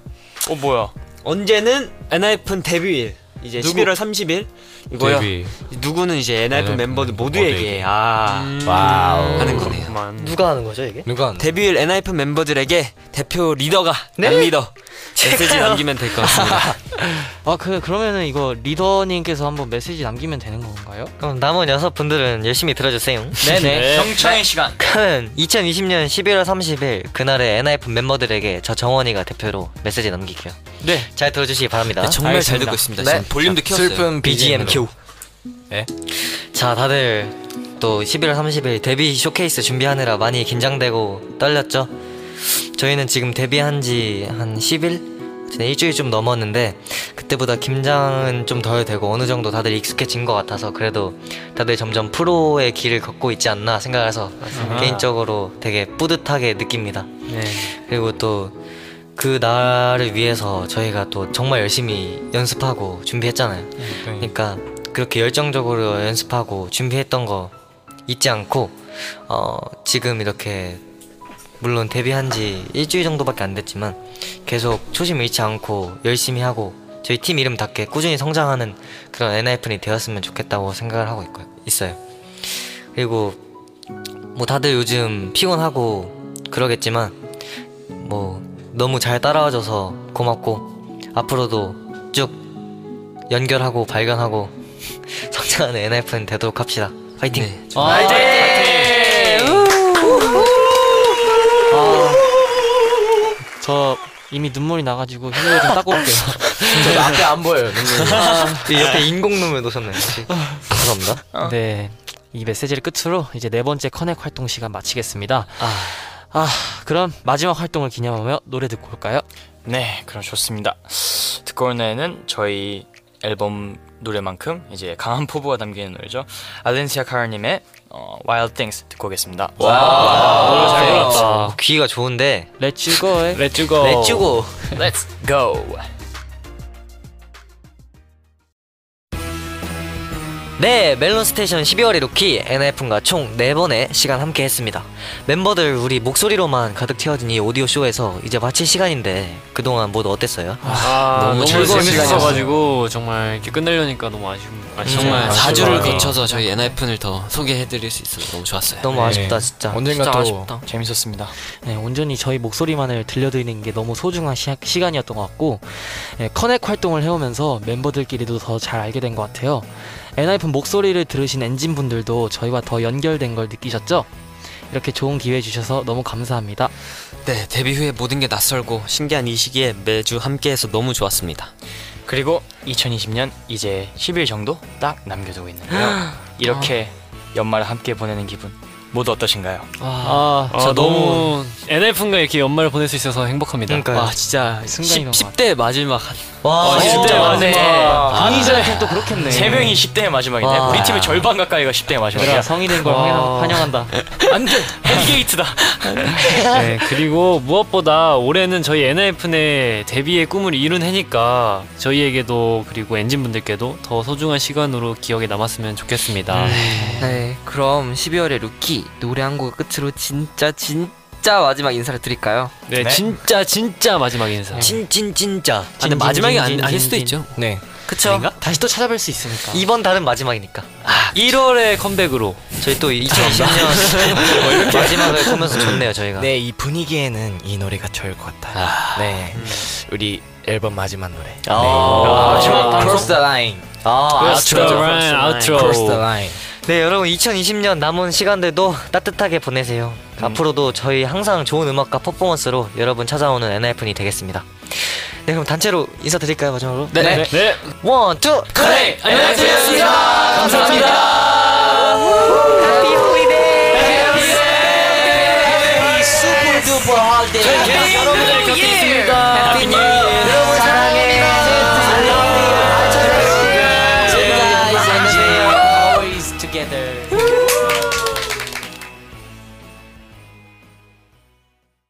[SPEAKER 2] 어 뭐야?
[SPEAKER 4] 언제는 엔하이픈 데뷔일 이제 11월 30일 이거요.
[SPEAKER 6] 데뷔.
[SPEAKER 4] 누구는 이제 엔하이픈
[SPEAKER 6] 엔하이픈
[SPEAKER 4] 멤버들
[SPEAKER 6] 모두에게.
[SPEAKER 4] 모두에게 아
[SPEAKER 5] 와우.
[SPEAKER 4] 하는 거네요.
[SPEAKER 1] 누가 하는 거죠 이게?
[SPEAKER 5] 누가
[SPEAKER 4] 데뷔일 엔하이픈 멤버들에게 대표 리더가
[SPEAKER 6] 네?
[SPEAKER 4] 남 리더 메시지 남기면 될 것 같습니다.
[SPEAKER 3] 아, 그 그러면은 이거 리더님께서 한번 메시지 남기면 되는 건가요?
[SPEAKER 1] 그럼 남은 여섯 분들은 열심히 들어주세요.
[SPEAKER 2] 네네. 경청의 시간.
[SPEAKER 1] 그럼 2020년 11월 30일 그날의 엔하이픈 멤버들에게 저 정원이가 대표로 메시지 남길게요.
[SPEAKER 3] 네.
[SPEAKER 1] 잘 들어주시기 바랍니다.
[SPEAKER 6] 정말
[SPEAKER 2] 알겠습니다.
[SPEAKER 6] 잘 듣고 있습니다.
[SPEAKER 7] 네.
[SPEAKER 6] 지금 볼륨도 키웠어요.
[SPEAKER 5] 슬픈 BGM
[SPEAKER 1] BGMQ.
[SPEAKER 5] 네.
[SPEAKER 1] 자, 다들 또 11월 30일 데뷔 쇼케이스 준비하느라 많이 긴장되고 떨렸죠? 저희는 지금 데뷔한 지 한 10일? 지난 일주일 좀 넘었는데 그때보다 긴장은 좀 덜 되고 어느 정도 다들 익숙해진 것 같아서 그래도 다들 점점 프로의 길을 걷고 있지 않나 생각해서 개인적으로 되게 뿌듯하게 느낍니다. 그리고 또 그 날을 위해서 저희가 또 정말 열심히 연습하고 준비했잖아요. 그러니까 그렇게 열정적으로 연습하고 준비했던 거 잊지 않고 어, 지금 이렇게 물론 데뷔한 지 일주일 정도밖에 안 됐지만 계속 초심 잃지 않고 열심히 하고 저희 팀 이름답게 꾸준히 성장하는 그런 엔하이픈이 되었으면 좋겠다고 생각을 하고 있고요. 있어요. 그리고 뭐 다들 요즘 피곤하고 그러겠지만 뭐 너무 잘 따라와줘서 고맙고 앞으로도 쭉 연결하고 발견하고 성장하는 NF는 되도록 합시다. 파이팅!
[SPEAKER 3] 저 이미 눈물이 나가지고 흉내 좀 닦고 올게요.
[SPEAKER 5] 저도 앞에 안 보여요. 눈물이.
[SPEAKER 1] 아, 옆에 인공눈물 놓으셨네요. 혹시? 아, 죄송합니다.
[SPEAKER 3] 네. 이 메시지를 끝으로 이제 네 번째 커넥 활동 시간 마치겠습니다. 아, 그럼 마지막 활동을 기념하며 노래 듣고 올까요?
[SPEAKER 2] 네, 그럼 좋습니다. 듣고 온 노래는 저희 앨범 노래만큼 이제 강한 포부가 담기는 노래죠. 알렌시아 카라님의 어, Wild Things 듣고 오겠습니다.
[SPEAKER 1] 잘
[SPEAKER 3] 아,
[SPEAKER 1] 불렀다. 아, 귀가 좋은데
[SPEAKER 3] 렛츠 고의
[SPEAKER 4] 렛츠고.
[SPEAKER 1] 내주고
[SPEAKER 2] Let's go.
[SPEAKER 1] 네, 멜론 스테이션 12월의 로키 NF과 총 4번의 시간 함께 했습니다. 멤버들 우리 목소리로만 가득 채워진 이 오디오 쇼에서 이제 마칠 시간인데 그동안 모두 어땠어요?
[SPEAKER 4] 아,
[SPEAKER 6] 너무 즐거운 시간이었어요. 네,
[SPEAKER 4] 재밌어가지고 정말 이렇게 끝내려니까 너무 아쉬운. 아
[SPEAKER 6] 정말
[SPEAKER 1] 음,
[SPEAKER 6] 4주를
[SPEAKER 1] 아쉬워요.
[SPEAKER 6] 거쳐서 저희 엔하이픈을 더 소개해드릴 수 있어서 너무 좋았어요.
[SPEAKER 1] 너무
[SPEAKER 5] 네.
[SPEAKER 1] 아쉽다 진짜.
[SPEAKER 5] 언젠가 또
[SPEAKER 2] 아쉽다. 재밌었습니다.
[SPEAKER 3] 네, 온전히 저희 목소리만을 들려드리는 게 너무 소중한 시, 간이었던것 같고 예, 커넥 활동을 해오면서 멤버들끼리도 더 잘 알게 된 것 같아요. 엔하이픈 목소리를 들으신 엔진 분들도 저희와 더 연결된 걸 느끼셨죠? 이렇게 좋은 기회 주셔서 너무 감사합니다.
[SPEAKER 6] 네, 데뷔 후에 모든 게 낯설고 신기한 이 시기에 매주 함께해서 너무 좋았습니다.
[SPEAKER 2] 그리고 2020년 이제 10일 정도 딱 남겨두고 있는데요. 이렇게 연말을 함께 보내는 기분 모두 어떠신가요?
[SPEAKER 4] 아,
[SPEAKER 6] 저
[SPEAKER 4] 너무 NF과 이렇게 연말을 보낼 수 있어서 행복합니다.
[SPEAKER 1] 그러니까요.
[SPEAKER 4] 와, 진짜
[SPEAKER 3] 순간인 것
[SPEAKER 6] 10대 마지막
[SPEAKER 1] 와,
[SPEAKER 2] 어,
[SPEAKER 4] 진짜 맞네.
[SPEAKER 3] 아, 아니자 또 그렇겠네. 아.
[SPEAKER 2] 세 명이 10대의 마지막인데
[SPEAKER 1] 와.
[SPEAKER 2] 우리 팀의 절반 가까이가 10대의 마지막이야.
[SPEAKER 3] 얘들아, 성이 된 걸 환영한다.
[SPEAKER 2] 안돼 헤드게이트다.
[SPEAKER 4] 네, 그리고 무엇보다 올해는 저희 NF의 데뷔의 꿈을 이룬 해니까 저희에게도 그리고 엔진분들께도 더 소중한 시간으로 기억에 남았으면 좋겠습니다.
[SPEAKER 7] 네, 그럼 12월의 루키 노래 한 곡 끝으로 진짜 진짜 마지막 인사를 드릴까요?
[SPEAKER 4] 네, 진짜 진짜 마지막 인사.
[SPEAKER 6] 네.
[SPEAKER 1] 진진 진짜.
[SPEAKER 6] 아, 근데 마지막이 아니, 아닐 수도 있죠.
[SPEAKER 5] 네
[SPEAKER 7] 그쵸?
[SPEAKER 3] 다시 또 찾아뵐 수 있으니까.
[SPEAKER 1] 이번 달은 마지막이니까.
[SPEAKER 6] 1월에 컴백으로
[SPEAKER 1] 아, 저희 또 2020년 마지막을 보면서 좋네요 저희가.
[SPEAKER 5] 네, 이 분위기에는 이 노래가 좋을 것 같아요. 네, 우리 앨범 마지막 노래. 네.
[SPEAKER 1] 음. 아,
[SPEAKER 2] 마지막 방송?
[SPEAKER 5] Cross the line.
[SPEAKER 1] 아,
[SPEAKER 6] 아웃트로
[SPEAKER 5] Cross the
[SPEAKER 6] 아웃트로
[SPEAKER 5] line.
[SPEAKER 1] 네 여러분 2020년 남은 시간들도 따뜻하게 보내세요.
[SPEAKER 5] 음.
[SPEAKER 1] 앞으로도 저희 항상 좋은 음악과 퍼포먼스로 여러분 찾아오는 엔하이픈이 되겠습니다. 네 그럼 단체로 인사드릴까요 마지막으로?
[SPEAKER 7] 네.
[SPEAKER 2] 네.
[SPEAKER 1] 원, 투,
[SPEAKER 6] 네 안녕하세요 감사합니다
[SPEAKER 1] 해피 홀리데이!
[SPEAKER 6] 여러분들 곁에 있습니다
[SPEAKER 7] Happy New Year.
[SPEAKER 1] 사랑해!
[SPEAKER 7] 안녕.
[SPEAKER 1] 안녕!
[SPEAKER 7] 제가
[SPEAKER 6] 아,
[SPEAKER 1] 안녕!
[SPEAKER 7] 이제
[SPEAKER 1] 안녕!
[SPEAKER 7] 안녕.
[SPEAKER 1] 안녕!
[SPEAKER 7] Always together.